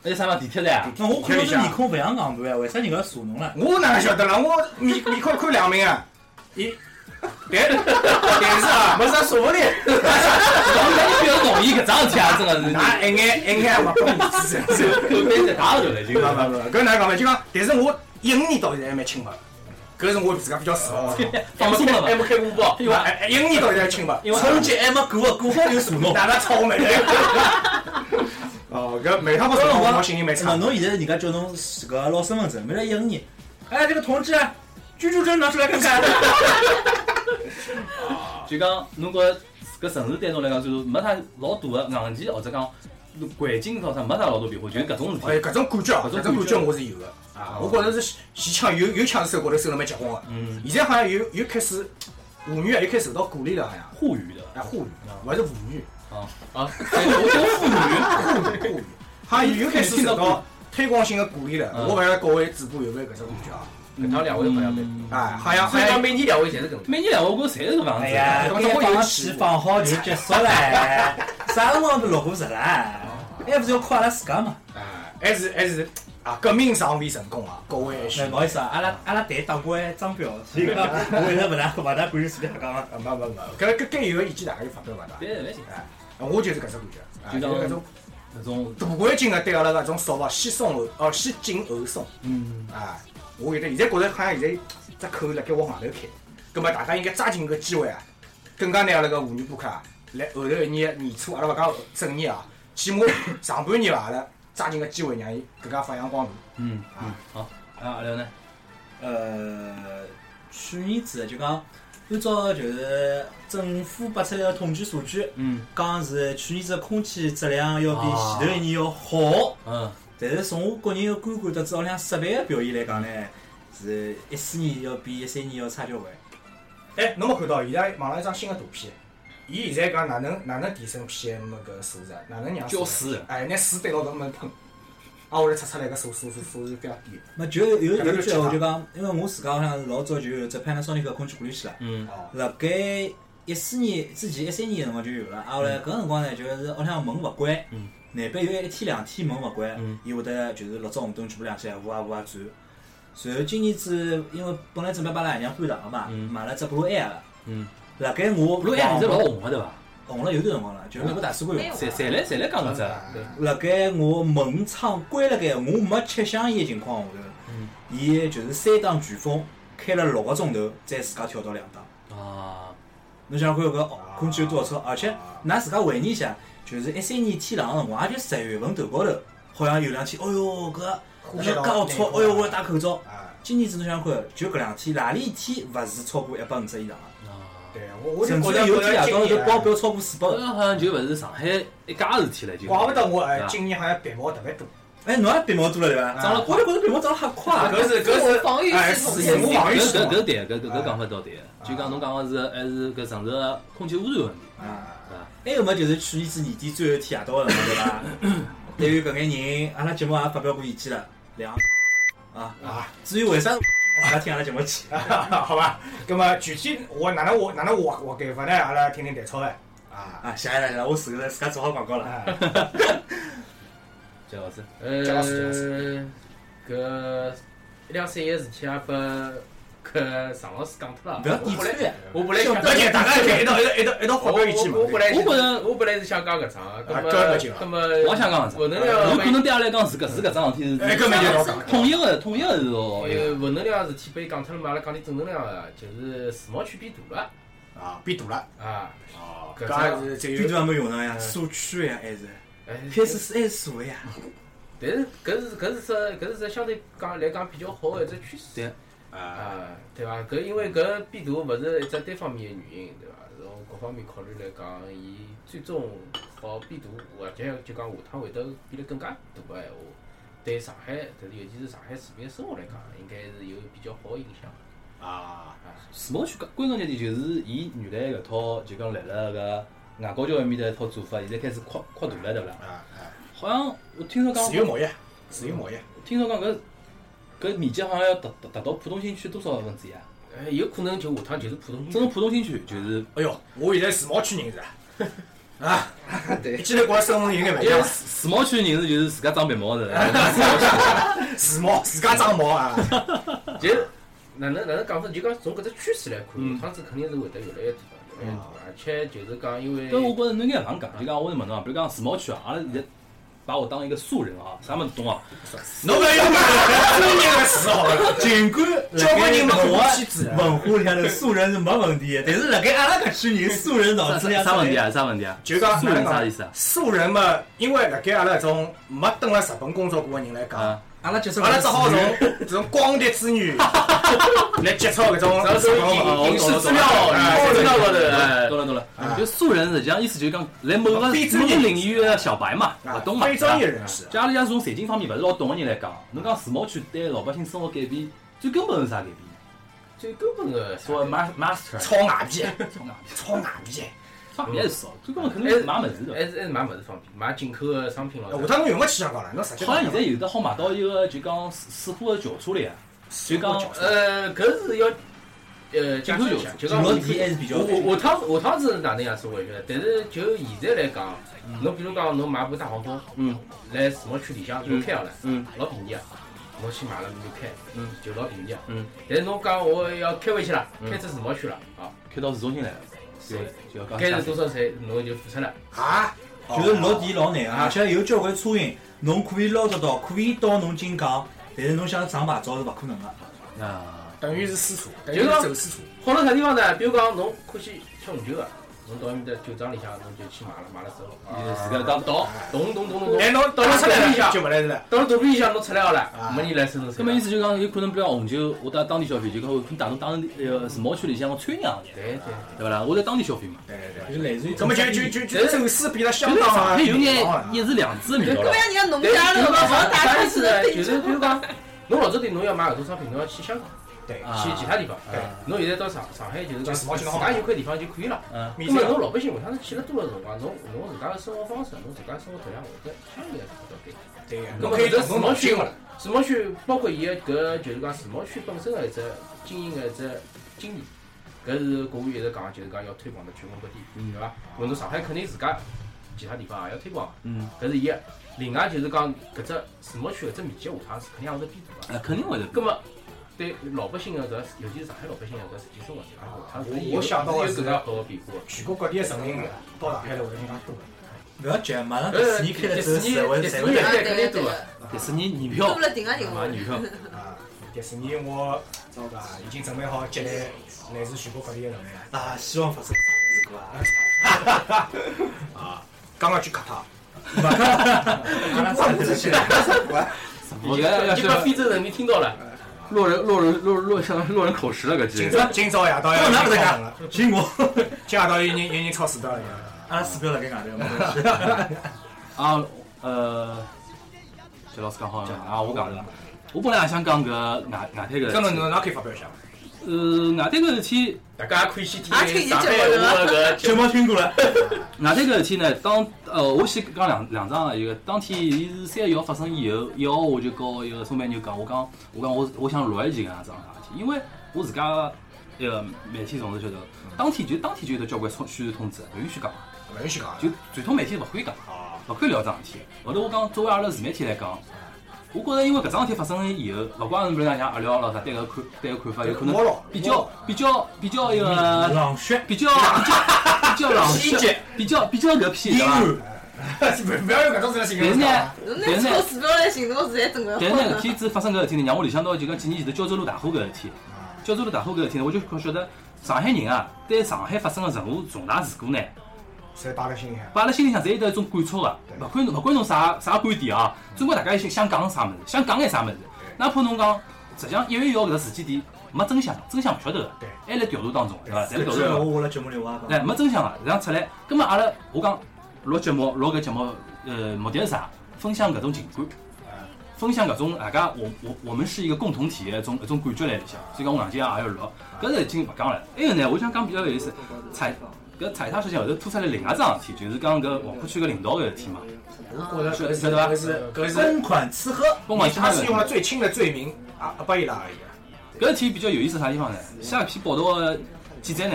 D: 那啥嘛地铁站啊？
B: 那我看到这面孔勿像戆盘哎，为啥人家查侬了？
C: 我哪能晓得啦？我面面孔看两名啊，伊，但但是啊，没啥所谓的，
D: 侬你不要同意搿桩事体啊，真个是。
C: 那一眼一眼也没帮面子，真是。
D: 口碑在打头了，就
C: 不不不，搿哪能讲嘛？就讲，但是我一五年到现在还蛮清白的，搿是我自家比较自豪的地方。
D: 放松了
E: 还
D: 嘛。
E: 没开过包，
B: 啊
D: 因为
C: 哎哎一五年到现在还清白，
D: 因为
B: 春节还没过， 过好就查侬。
C: 哪能操 我妹的？哦，搿每趟被查
B: 搿辰
C: 我
B: 光
C: 心里蛮
B: 那
C: 差。
B: 侬现在人家叫侬搿个捞身份证，没来一五年，哎，这个同志，居住证拿出来看看。
D: 就讲侬觉着搿城市对侬来讲就是没啥老大的硬件，或者讲环境造成没啥老多变化，就是搿种事
C: 哎，
D: 体。
C: 搿种感觉啊，
D: 搿
C: 搿种感
D: 种感
C: 觉
D: 觉
C: 我是有的啊。我觉着是前腔有有腔的时候，高头收了蛮结棍的。
D: 嗯，
C: 现在好像又又开始，妇女啊又开始受到鼓励了，好像。
D: 沪语的
C: 哎，沪语，勿是妇女，
E: 啊，对我讲妇
B: 啊
E: 女，
C: 沪语，好像又开始受到推广性的鼓励了。
D: 嗯
C: 我勿晓得各位主播有没有搿种感觉啊？
E: 搿趟两位好像没，
C: 哎，好像好
E: 所以讲
C: 像，
E: 每年两位侪是搿能介。
D: 每年来我觉着侪是搿样
B: 哎
D: 子。
B: 呀，
C: 搿
B: 该
C: 么有
B: 放
C: 气
B: 气放好就结束了，啥辰光都落过实啦？还不是要靠阿拉自家嘛？
C: 哎，还是还是啊，革命尚未成功啊，各位还需
B: 哎，不好意思啊，阿拉阿拉队打过张 彪，所以讲我现在勿大勿大管随便瞎讲嘛。
C: 啊，没没没，搿搿该有的意见大家就发表勿大。
D: 对对对，
C: 哎，我就是搿只感觉，啊，
D: 就
C: 就
D: 当
C: 是搿种
D: 搿种
C: 大环境啊，对阿拉搿种说法，先松后，哦，先紧后松。
D: 嗯，
C: 啊，我觉得现在觉得好像现在只口辣盖往外头开，葛末大家应该抓紧搿机会啊，更加拿阿拉个妇女播客啊，来后头一年年初，阿拉勿讲正年啊，起码上半年伐，阿拉抓紧个机会，让伊更加发扬光大。
D: 嗯嗯，好，啊，阿廖呢？
B: 呃，去年子就讲，按照就是政府拨出来个统计数据，
D: 嗯
B: 讲是去年子空气质量要比
D: 啊
B: 前头一年要好，
D: 嗯，
B: 但是从我个人个观感得知，屋里向设备个表现来讲呢，是一四年要比一三年要差交关。
C: 哎，侬没看到现在网浪一张新个图片，伊现在讲哪能哪能提升 PM 搿数值，哪能让
D: 浇水
C: 哎，拿水对牢搿门喷，啊，我来测出来搿数数数数是非常低
B: 那就有有
C: 搿能
B: 一
C: 就
B: 句
C: 吃
B: 话
C: 它
B: 就讲，因为我自家好像是老早就有只 Panasonic 个空气管理器了，
D: 嗯
C: 的。哦，
B: 辣盖一四年之前一三年个辰光就有了，挨下来搿辰光呢就是屋里向门勿关
D: 嗯，
B: 难边有一天两天门勿关
D: 嗯，
B: 伊会得就是六只红灯全部亮起来，呜啊呜啊转。随后今年子因为本来准备帮阿拉爷娘搬房嘛，
D: 嗯
B: 买了只 Blue Air 了，
D: 嗯，
B: 辣盖我
D: 不过现在老红个对伐？
B: 红了有段辰光了，就是美国大使馆用。
D: 侪侪来侪来讲搿
C: 啊
D: 只，对，
B: 辣盖我门窗关辣盖，我没吃香烟的情况下
D: 嗯
B: 头，伊就是三档飓风开了六个钟头，再自家跳到两档。
D: 啊，
B: 侬想看搿
C: 啊
B: 哦空气有多少臭？而且㑚自家回忆一下，就是一三年天冷个辰光，也就十月份头高头，好像有两天，哦哟搿
C: 呼吸
B: 搿
C: 道
B: 介龌龊，哎哟我要戴口罩。
C: 啊，
B: 今年子侬想看，就搿两天，哪里一天勿是超过一百五十以上个？
D: 啊。
C: 对我我就
B: 甚
C: 觉
B: 至
C: 得
B: 有天夜到
C: 今
B: 头
C: 年啊
B: 报表超过四百
D: 搿。个好像就勿是上海一家事体了，就
C: 怪不得我哎
D: 是，
E: 啊
D: 吧
C: 今年好像鼻毛特别多。
B: 哎，侬也鼻毛多了对伐？
C: 长了
B: 我就觉着鼻毛长了很快啊。
C: 搿是搿是
I: 防御
C: 哎
I: 系统
C: 是是我防御系
D: 搿
C: 统
D: 搿对，搿搿搿讲法倒对。就讲侬讲个是还是搿城市个空气污染问题，
B: 啊
D: 对伐？
B: 还有么就是去年子年底最后一天夜到个辰光，对伐？ 对于搿眼人，阿拉节目也发表过意见了，两啊
C: 啊！
B: 至于为啥勿听阿拉节目去？
C: 好吧，那么具体我哪能我哪能我我改法呢？阿拉听听蛋炒饭啊。
B: 啊，谢谢了谢谢了，我自个自家做好广告了。
C: 哎
D: 贾老师，
E: 呃
C: 贾老师，
E: 搿一两三个事体也拨搿常老师讲脱了。
B: 不要
E: 我
B: 抵
E: 本
B: 触
E: 来
B: 呀！
E: 我本来想，
C: 而且大家可以一道一道一道一道发表意见嘛
E: 我。我本来
D: 我觉
E: 是
D: 着
E: 我本来是想讲搿桩，
C: 啊
E: 搿
C: 搿
E: 么
C: 勿紧啊
E: 搿么
D: 我也想讲搿
E: 文能
D: 只，有可能
E: 量
D: 对阿拉来讲是搿是搿桩事体
C: 哎，
D: 是
C: 根本就老讲。
D: 统一个统一个是哦，
E: 呃负能量的事体被讲脱了嘛，阿拉讲点正能量个，就是世贸区变大
C: 啊，变大了。
E: 了啊。
C: 哦
E: 搿
C: 搿也是只
B: 最
C: 有
B: 多还没用上呀，社区呀还是
E: 哎，
B: 开始是还是社会呀？
E: 但是搿是搿是只搿是只相对讲来讲比较好的一只趋势。
C: 啊
E: 啊，对伐？搿因为搿变大勿是一只单方面的原因，对伐？从各方面考虑来讲，伊最终好变大，或者就讲下趟会得变得更加大个闲话，对上海，特别尤其是上海市民的生活来讲，应该是有比较好的影响。
C: 啊！
D: 世贸区归根结底就是伊原来搿套就讲来了搿外高桥埃面的一套做法，现在开始扩扩大了，对勿啦？
C: 啊
D: 好像我听说
C: 啊！
D: 讲
C: 自由贸易，自由贸易。
D: 听说讲搿搿面积好像要达达达到浦东新区多少分之一啊？
E: 呃，有可能就下趟就是浦东
D: 整
E: 新
D: 个
E: 区，
D: 浦东新区就是
C: 哎哟，我现在世贸区人是吧。 啊，
F: 对
C: 一记头觉着身份有眼勿一
D: 因为
C: 样。
D: 世贸区人是就是自家长鼻毛的，
C: 世贸 自家长毛啊，
E: 就是哪能哪能讲法？就讲从搿只趋势来看，下趟子肯定是会得越来越大，越来越大。而且就是讲，因为
D: 搿我觉着侬应该能讲，就讲我是问侬啊，比如讲世贸区啊，阿拉现在把我当一个素人啊，啥物事懂啊？
C: 侬勿要 用专业的词好了。
B: 尽管
C: 交关人没看过
B: 文
C: 妻子啊
B: 文化里向头素人是没问题的，但是辣盖阿拉搿区人素人脑
D: 啥
B: 子里向
D: 啥啥问题？啊？啥问题啊？
C: 就讲
D: 素人啥意思啊？
C: 素人嘛，因为辣盖阿拉搿种没蹲辣日本工作过个人来讲
D: 啊，
B: 阿拉接受
C: 阿拉只好
B: 资源
C: 从 这种光碟资源来接触搿种
E: 然后从影影视资料、
C: 哎
E: 资料高头，哎
D: 懂了懂了
C: 啊，
D: 就素人实际上意思就是讲来某个某个
C: 非专业人士
D: 领域的小白嘛，
C: 啊
D: 勿懂嘛，
C: 非专业人士
D: 就阿拉像从财经方面勿是老懂的人来讲，侬讲自贸区对老百姓生活改变，最根本是啥改变？
E: 最根本的
D: 所谓 ma- master，
C: 炒外币，
D: 炒外币，
C: 炒外币。
D: 炒也是少，最根本可能是买物事的。
E: 还是还是买物事方便，买进口的商品咯。
D: 呃
C: 下趟侬用勿起讲高了，侬直接
D: 好像现在有的好买到一个就讲水货的轿车来啊，就讲
E: 呃，搿是要呃，
D: 进口
E: 解
D: 有
E: 释一下就讲
B: 落地还是比较
E: 我我下趟下趟是哪能样子我也晓得，但是就现在来讲，侬比如讲侬买部大黄蜂，
D: 嗯，
E: 来自贸区里向就开好了，
D: 嗯，
E: 老便宜啊。侬去买了侬就开，
D: 嗯，
E: 就老便宜啊。
D: 嗯，
E: 但是侬讲我要开回去了，
D: 嗯
E: 开出自贸区了啊，
D: 开到市中心来了，就就要讲
E: 该
D: 价
E: 是
D: 钿
E: 多少钱侬就付出了。
C: 啊，
B: 就是落地老难，啊而且有交关车型，侬可以捞得到，可以到侬进港，但是侬想上牌照是勿可能的。
D: 啊，
C: 等于是私车，等于
E: 就是讲
C: 走私车。
E: 好了啥地方呢？比如讲侬欢喜吃红酒啊，侬到埃面搭酒庄里向侬就去买了，买了之后，
D: 就是自家讲
E: 倒咚咚咚咚
C: 哎，
E: 咚，
C: 侬到了出来了就勿来了。
E: 到了肚皮里向侬出来好了，没人来收侬
D: 啊那
E: 钱
D: 么意
E: 了。
D: 思就讲有可能比如讲红酒，我到当地消费，就讲我可能带侬当地呃自贸区里向个川酿，
E: 对对，
D: 对伐啦？我在当地消费嘛。
C: 对对对。
B: 就类似于
C: 那么就就就就走私变得相当
D: 上
C: 啊
D: 海有
C: 地
D: 眼
C: 方了
D: 一日两次味道了
I: 搿么，样人家农
E: 但
I: 家
E: 是
I: 乐
E: 就
I: 嘛，
E: 是
I: 好
E: 讲
I: 大
E: 啥
I: 家
E: 意思
I: 是
E: 呢？
I: 对
E: 就是比如讲，侬老早点侬要买搿种商品，侬要去香港，
C: 对
D: 啊
E: 去其他地方
C: 对。
E: 侬现在到上上海就是
C: 就
E: 讲
C: 是
E: 自
C: 往去好
E: 家有块地方就可以了。
D: 嗯，
E: 那么侬老百姓下趟是去了多少辰光，侬侬自家的生活方式，侬自家的生活质量会得相对来说比较低。
C: 对呀，
E: 那
C: 侬
E: 么
C: 可以
E: 搿
C: 动
E: 自
C: 动
E: 贸
C: 脑
E: 区
C: 筋了。，
E: 自贸区包括伊个搿就是讲自贸区本身个一只经营个一只经验，搿是国务一直讲，就是讲要推广到全国各地，对伐？
C: 嗯
E: 那么侬上海肯定自家其他地方也要推广，
D: 嗯，
E: 搿是伊个。另外就是讲搿只自贸区搿只面积下趟是肯定也会得变大个。
D: 啊，肯定
C: 嗯
D: 会的。
E: 葛末对老百姓个搿，尤其是上海老百姓个搿实际生活，啊，下趟是
C: 我
E: 有
C: 我想到的
E: 有
C: 是
E: 搿个好个变化的。
C: 全国各地的城民啊，到上海来会更加多。
B: 勿要急，马上迪
E: 呃，
B: 士尼开了
E: 迪
B: 之后，
E: 士尼，
B: 才会
E: 迪
B: 才
E: 士
B: 会
E: 尼也
I: 啊
E: 开
I: 对
E: 肯
I: 对
E: 定多
I: 对
E: 个。
I: 的，
D: 迪士尼年
I: 多
D: 票
I: 不，了订个人
E: 买
I: 物。
E: 女票，
C: 啊，迪士尼我对伐？已经准备好接待来自全国各地的人民了。
B: 啊，希望发生 事故啊！
C: 刚刚去卡塔，
B: 阿拉差点去
D: 啊我搿要
E: 你
D: 是
E: 把非洲人民听到了。
D: 落人落人落落相落人口实了，搿
C: 今
D: 真
C: 朝今朝夜到要
B: 哪
C: 人
B: 不在
C: 超
B: 家
C: 人了，
B: 寻我，
C: 今夜到有人有人超时到了。
B: 阿拉鼠标辣盖外头，没事。
D: 啊呃，谢老师讲好了啊，我讲了。我本来也想讲搿外外滩搿
C: 搿么
D: 事
C: 侬哪可以发表一下？
D: 体，呃，外滩搿事体，
E: 大家可以去听
I: 啊可以
E: 上海
I: 接
E: 话搿
B: 睫毛听过了，
D: 外滩搿事体呢，当呃，我先讲两两桩，一个当天伊是三幺发生以后，一号我就告一个宋美牛讲，我讲我讲我我想录一期啊搿样子桩事体，因为我自家呃那个媒体同事晓得，当天就当天就有得交关宣宣传通知，勿允许讲，
C: 勿允许讲啊。
D: 就传统媒体勿可以讲。
C: 啊，
D: 勿可以聊桩事体。后头我讲，作为阿拉自媒体来讲，我觉着因为搿桩事体发生以后，勿管是比如讲像阿廖老啥对搿看对搿看
C: 啊
D: 法，有可能
C: 摸了
D: 比较比较比较呃一个
B: 浪血，
D: 比较比较冷
C: 偏激
D: 血，比较比较搿偏
B: 阴
D: 对伐？
B: 暗，
C: 勿要用搿种事情
D: 但是
C: 形容
D: 呢
C: 啊。，
I: 侬
D: 但
I: 拿
D: 是
I: 抄
D: 呢，
I: 鼠标来寻，侬实在整勿
D: 但是呢，搿
I: 好。
D: 天子发生搿事体呢，让我联想到就讲几年前头胶州路大火搿事体。胶州路大火搿事体呢，我就晓得上海人啊，对上海发生个任何重大事故呢，
C: 侪摆辣心里向。
D: 摆辣心里向，侪有得一种感触个，
C: 对
D: 勿管侬勿管侬啥啥观点啊，总归大家想想讲啥物事，想讲眼啥物事。哪怕侬讲，实际上一月一号搿个时间点没真相，真相勿晓得个
C: 对，
D: 还辣调查当中，对伐？侪辣调查
B: 这个
D: 当中，
B: 我我辣节目里我也
D: 哎，
B: 讲，
D: 没真相个，然后出来，葛末阿拉我讲录节目，录搿节目，呃，目的是啥？分享搿种情感，
C: 哎
D: 分享搿种大家我我我们是一个共同体验，一种一种感觉来里向。所以讲我硬劲也要录，
C: 哎
D: 搿是已经勿讲了。还有呢，我想讲比较有意思，踩搿踩踏事情后头突出来另外一桩事体，就是讲搿黄浦区搿领导搿事体嘛，
C: 嗯我觉着
D: 是
C: 搿是
D: 是吧
C: 搿是搿是，
B: 公款吃喝，
D: 帮我
C: 他是用了最轻的罪名啊，拨伊拉而已。
D: 搿事体比较有意思啥地方呢？写一篇报道个记者呢，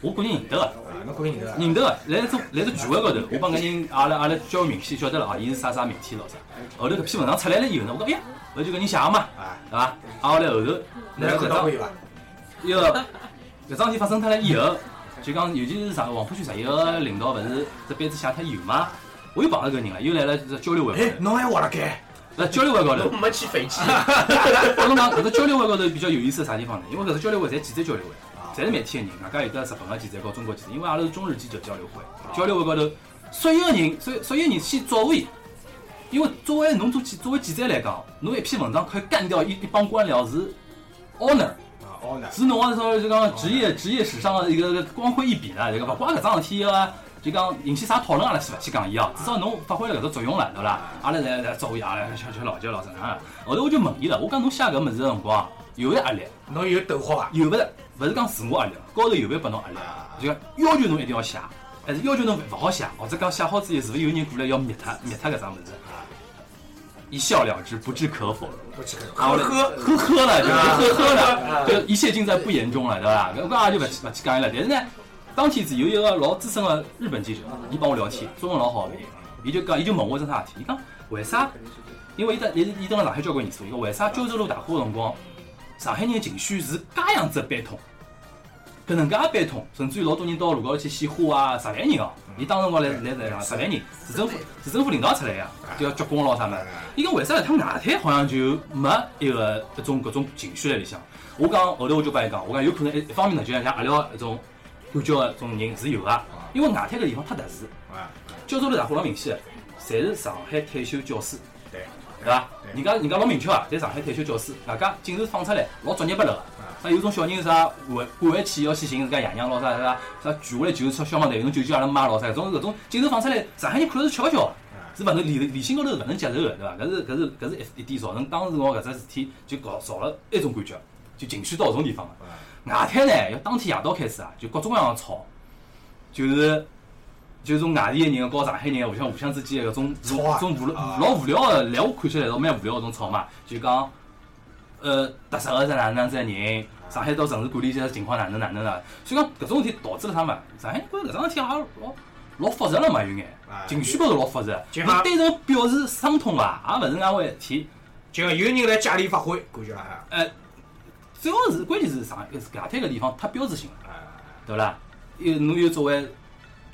D: 我个人认得个，
C: 啊，侬可以认得。
D: 认得个。来做来做聚会高头，我帮搿人阿拉阿拉交明细，晓得了啊，伊是啥啥媒体咯啥。后头搿篇文章出来了以后呢，我讲哎呀，后头就搿人写个嘛，
C: 啊，
D: 对伐？挨下来后头，
C: 侬
D: 来
C: 看
D: 搿
C: 到
D: 桩
C: 过伊伐？
D: 一啊个搿桩事体发生脱了以后，就讲尤其是啥黄浦区十一个领导勿是这班子写脱以后嘛，我又碰到搿人了，又来了这交流会
C: 哎，
D: 高
C: 侬还活辣盖？
D: 头，辣交流会高头
E: 我。没 去飞机，
D: 我侬讲搿只交流会高头比较有意思是啥地方呢？因为搿只交流会侪记者交流会，侪是媒体个人，外加有得日本个记者和中国记者，因为阿拉是中日记者交流会。交流会高头，所有个人，所有所有人先找伊，因为作为侬做记作为记者来讲，侬一篇文章可以干掉一一帮官僚是 honor，
C: 啊，哦呢，
D: 是侬按说就讲职业职业史上的一个光辉一笔了，就讲勿怪搿桩事体啊，就讲引起啥讨论阿拉先勿去讲伊哦，至少侬发挥了搿个作用了，对伐？阿拉来来作为阿拉吃吃老酒老正常的。后头我就问伊了，我讲侬写搿物事的辰光有没有压力？
C: 侬有啊逗号伐？
D: 有勿是勿是讲自我压力，高头有没有拨侬压力？就讲要求侬一定要写，还是要求侬勿好写，或者讲写好之后是勿是有人过来要灭脱灭脱搿桩物事？一笑了之，不置可否。
C: 不去看。
D: 呵呵呵了，就是呵呵了，就一切尽在不言中了，对吧？搿个也就勿去勿去讲伊了。但是呢，当天子有一个老资深的日本记者，伊帮我聊天，中文老好个，伊就讲，伊就问我一桩啥事体，伊讲为啥？因为伊在伊伊蹲辣上海交关年数，伊讲为啥胶州路大火个辰光，上海人的情绪是介样子的悲痛，搿能介的悲痛，甚至于老多人到路高头去献花啊，十万人哦，伊当时辰光来来来十万人，市政府市政府领导出来呀，就要鞠躬咯啥么。伊讲为啥搿趟外滩好像就没一个一种搿种情绪辣里向？我讲后头我就帮伊讲，我讲有可能一一方面呢，就像像阿廖一种感觉的种人是有个，因为外滩搿地方太特殊，
C: 啊，
D: 教授头大火老明显的，侪是上海退休教师，
C: 对，
D: 对伐？
C: 对
D: 人家人家老明确啊，在上海退休教师，外加竟然放出来老作孽不乐个，啥有种小人啥晚晚回去要去寻自家爷娘咯啥啥啥聚回来就是说消防队，有种救救阿拉妈咯啥，搿种搿种竟然放出来，上海人看了是笑笑的。是勿能理理性高头是勿能接受个，对伐？搿是搿是搿是一一点造成当时我搿只事体就搞造了一种感觉，就情绪到搿种地方了。外滩呢，要当天夜到开始啊，就各种各样的吵，就是就是从外地个人啊和上海人互相互相之间的搿种
C: 吵啊
D: 种无
C: 啊
D: 老无聊的，来我看起来老蛮无聊的搿种吵嘛，就讲呃特色个是哪能哪能只人，上海到城市管理现在情况哪能哪能啦，所以讲搿种事体导致了啥嘛？上海人觉着搿桩事体也老老复杂了嘛，有眼
C: 啊
D: 情绪高头老复杂，
C: 就
D: 你
C: 像
D: 单纯表示伤痛伐，啊也勿是外回事体。
C: 就讲有人来家里发挥，感觉啊，
D: 呃，主要是关键是上海外滩搿地方太标志性了，对勿啦？有侬又作为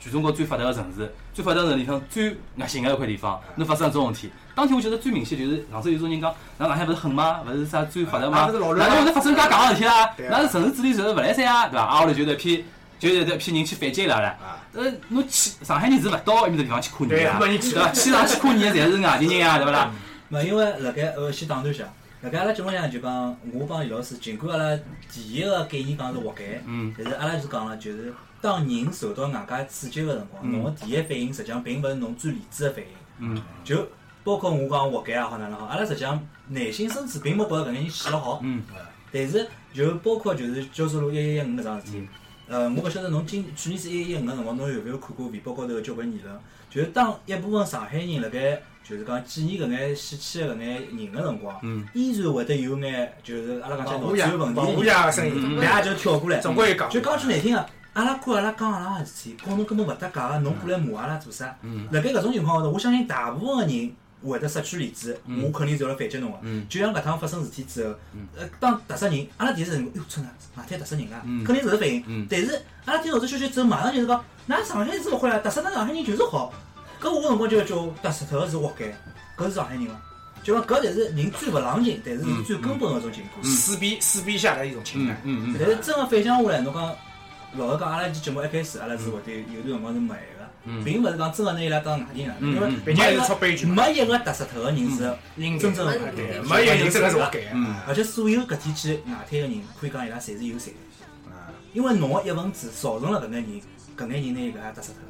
D: 全中国最发达个城市，最发达个城市里向最恶心个一块地方，侬发生搿种事体，当天我觉得最明显就是上次有种人讲，咱上海勿是狠嘛，勿是啥最发达
C: 啊
D: 嘛，
C: 勿是老
D: 哪
C: 乱嘛
D: 能会得发生介戆个事体啦
C: 对？啊
D: 哪是城市治理就是勿来三啊，对伐？啊，后头就一批。就是一批人去反击伊拉了
C: 啊，
D: 呃，侬去上海人是勿到埃面搭地方去看
C: 对
D: 人的啊，
C: 没人去
D: 对伐？去上去看人的侪是外地人啊，对勿啦？
B: 没，因为辣盖呃先打断一下，辣盖阿拉节目里向就讲，我帮李老师，尽管阿拉第一个概念讲是活该，
D: 嗯，
B: 但是阿拉就讲了，就是当人受到外界刺激个辰光，
D: 嗯
B: 侬个第一反应实际上并勿是侬最理智个反应，
D: 嗯，
B: 就包括我讲活该也好哪能好，阿拉实际上内心深处并没觉着搿眼人死了好，
D: 嗯，
B: 但是就包括就是胶州路一一一五搿桩事体
D: 嗯。
B: 呃，我勿晓得侬今去年子一一一五个辰光，侬有没有看过微博高头个交关言论？就是当一部分上海人辣盖就是讲纪念搿眼死去的搿眼人个辰光，
D: 嗯
B: 依然会得有眼就是阿拉讲
C: 保护
B: 起来
C: 呀
B: 脑子有问，
C: 保护
B: 题的人，
C: 呀个声音，
B: 大家就跳过来。
C: 啊总归有讲。
B: 嗯就讲句难听个，阿拉看阿拉讲阿拉个事体，跟侬根本勿搭界个，侬过来骂阿拉做啥？
D: 嗯
B: 辣盖搿种情况下头，我相信大部分个人会得失去理智，
D: 嗯
B: 我肯定是要来反击侬个
D: 嗯。
B: 就像搿趟发生事体之后
D: 嗯，
B: 呃，当突杀人，哎阿拉第一时间讲，哟，真个，哪天突杀人啊
D: 嗯？
B: 肯定是反应
D: 嗯。
B: 但是阿拉听到这消息之后，马上就是讲，㑚上海人是勿会啊，突杀㑚上海人就是好。搿我辰光就要叫我突杀脱个是活该，搿是上海人伐？就讲搿才是人最勿冷静，但是是最根本个一种情况。
C: 撕逼撕逼下来一种情
D: 嗯
C: 感，
D: 嗯嗯
B: 但是真个反向下来，侬讲老实讲，阿拉期节目一开始，阿拉是会对有段辰光是没个，
D: 嗯
B: 并勿是讲真个拿伊拉当外地人，
D: 嗯
B: 因为
D: 嗯
C: 毕竟还是出悲剧嘛，
B: 没一个踏实脱个人是
C: 认
B: 真正的外地
C: 对，
B: 人，
C: 没有人真个是啊活该。
D: 嗯
B: 而且所有搿天去外滩个人，可以讲伊拉侪是有才的，
C: 啊
B: 因为侬个一份子造成了搿眼人，搿眼人拿伊搿踏实脱。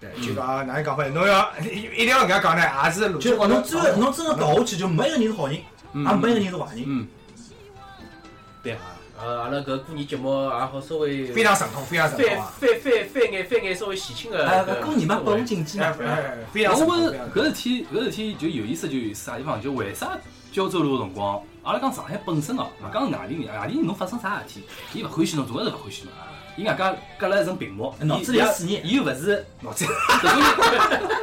C: 对，就讲哪能讲法？侬要一定要搿样讲呢，啊也是逻辑
B: 就。侬真
C: 啊
B: 个侬真个倒下去，就没一个人是好人，
D: 嗯，
B: 也没一个人是坏人。
D: 嗯，
E: 呃，阿拉搿过年节目也好稍微
C: 非常神通，非常
E: 翻
C: 神通啊！
E: 翻翻翻眼翻眼稍微喜庆个。
B: 哎，搿过年嘛，
E: 氛
B: 拨
E: 围
B: 我禁忌
C: 哎
B: 嘛。
C: 哎非
D: 我
C: 常神通。
D: 觉
C: 非常
D: 着
C: 神
D: 搿
C: 通
D: 事体搿事体就有意思，就有意思啥地方？就为啥胶州路个辰光，阿拉讲上海本身哦，勿讲外地人，外地人侬发生啥事体，伊勿欢喜侬，总归是勿欢喜侬。啊
C: 嗯
D: 伊外加隔了一层屏
C: 哎
D: 幕，
B: 脑子里有屎
D: 伊
B: 眼
D: 伊又勿是
C: 脑子
D: 搿种人，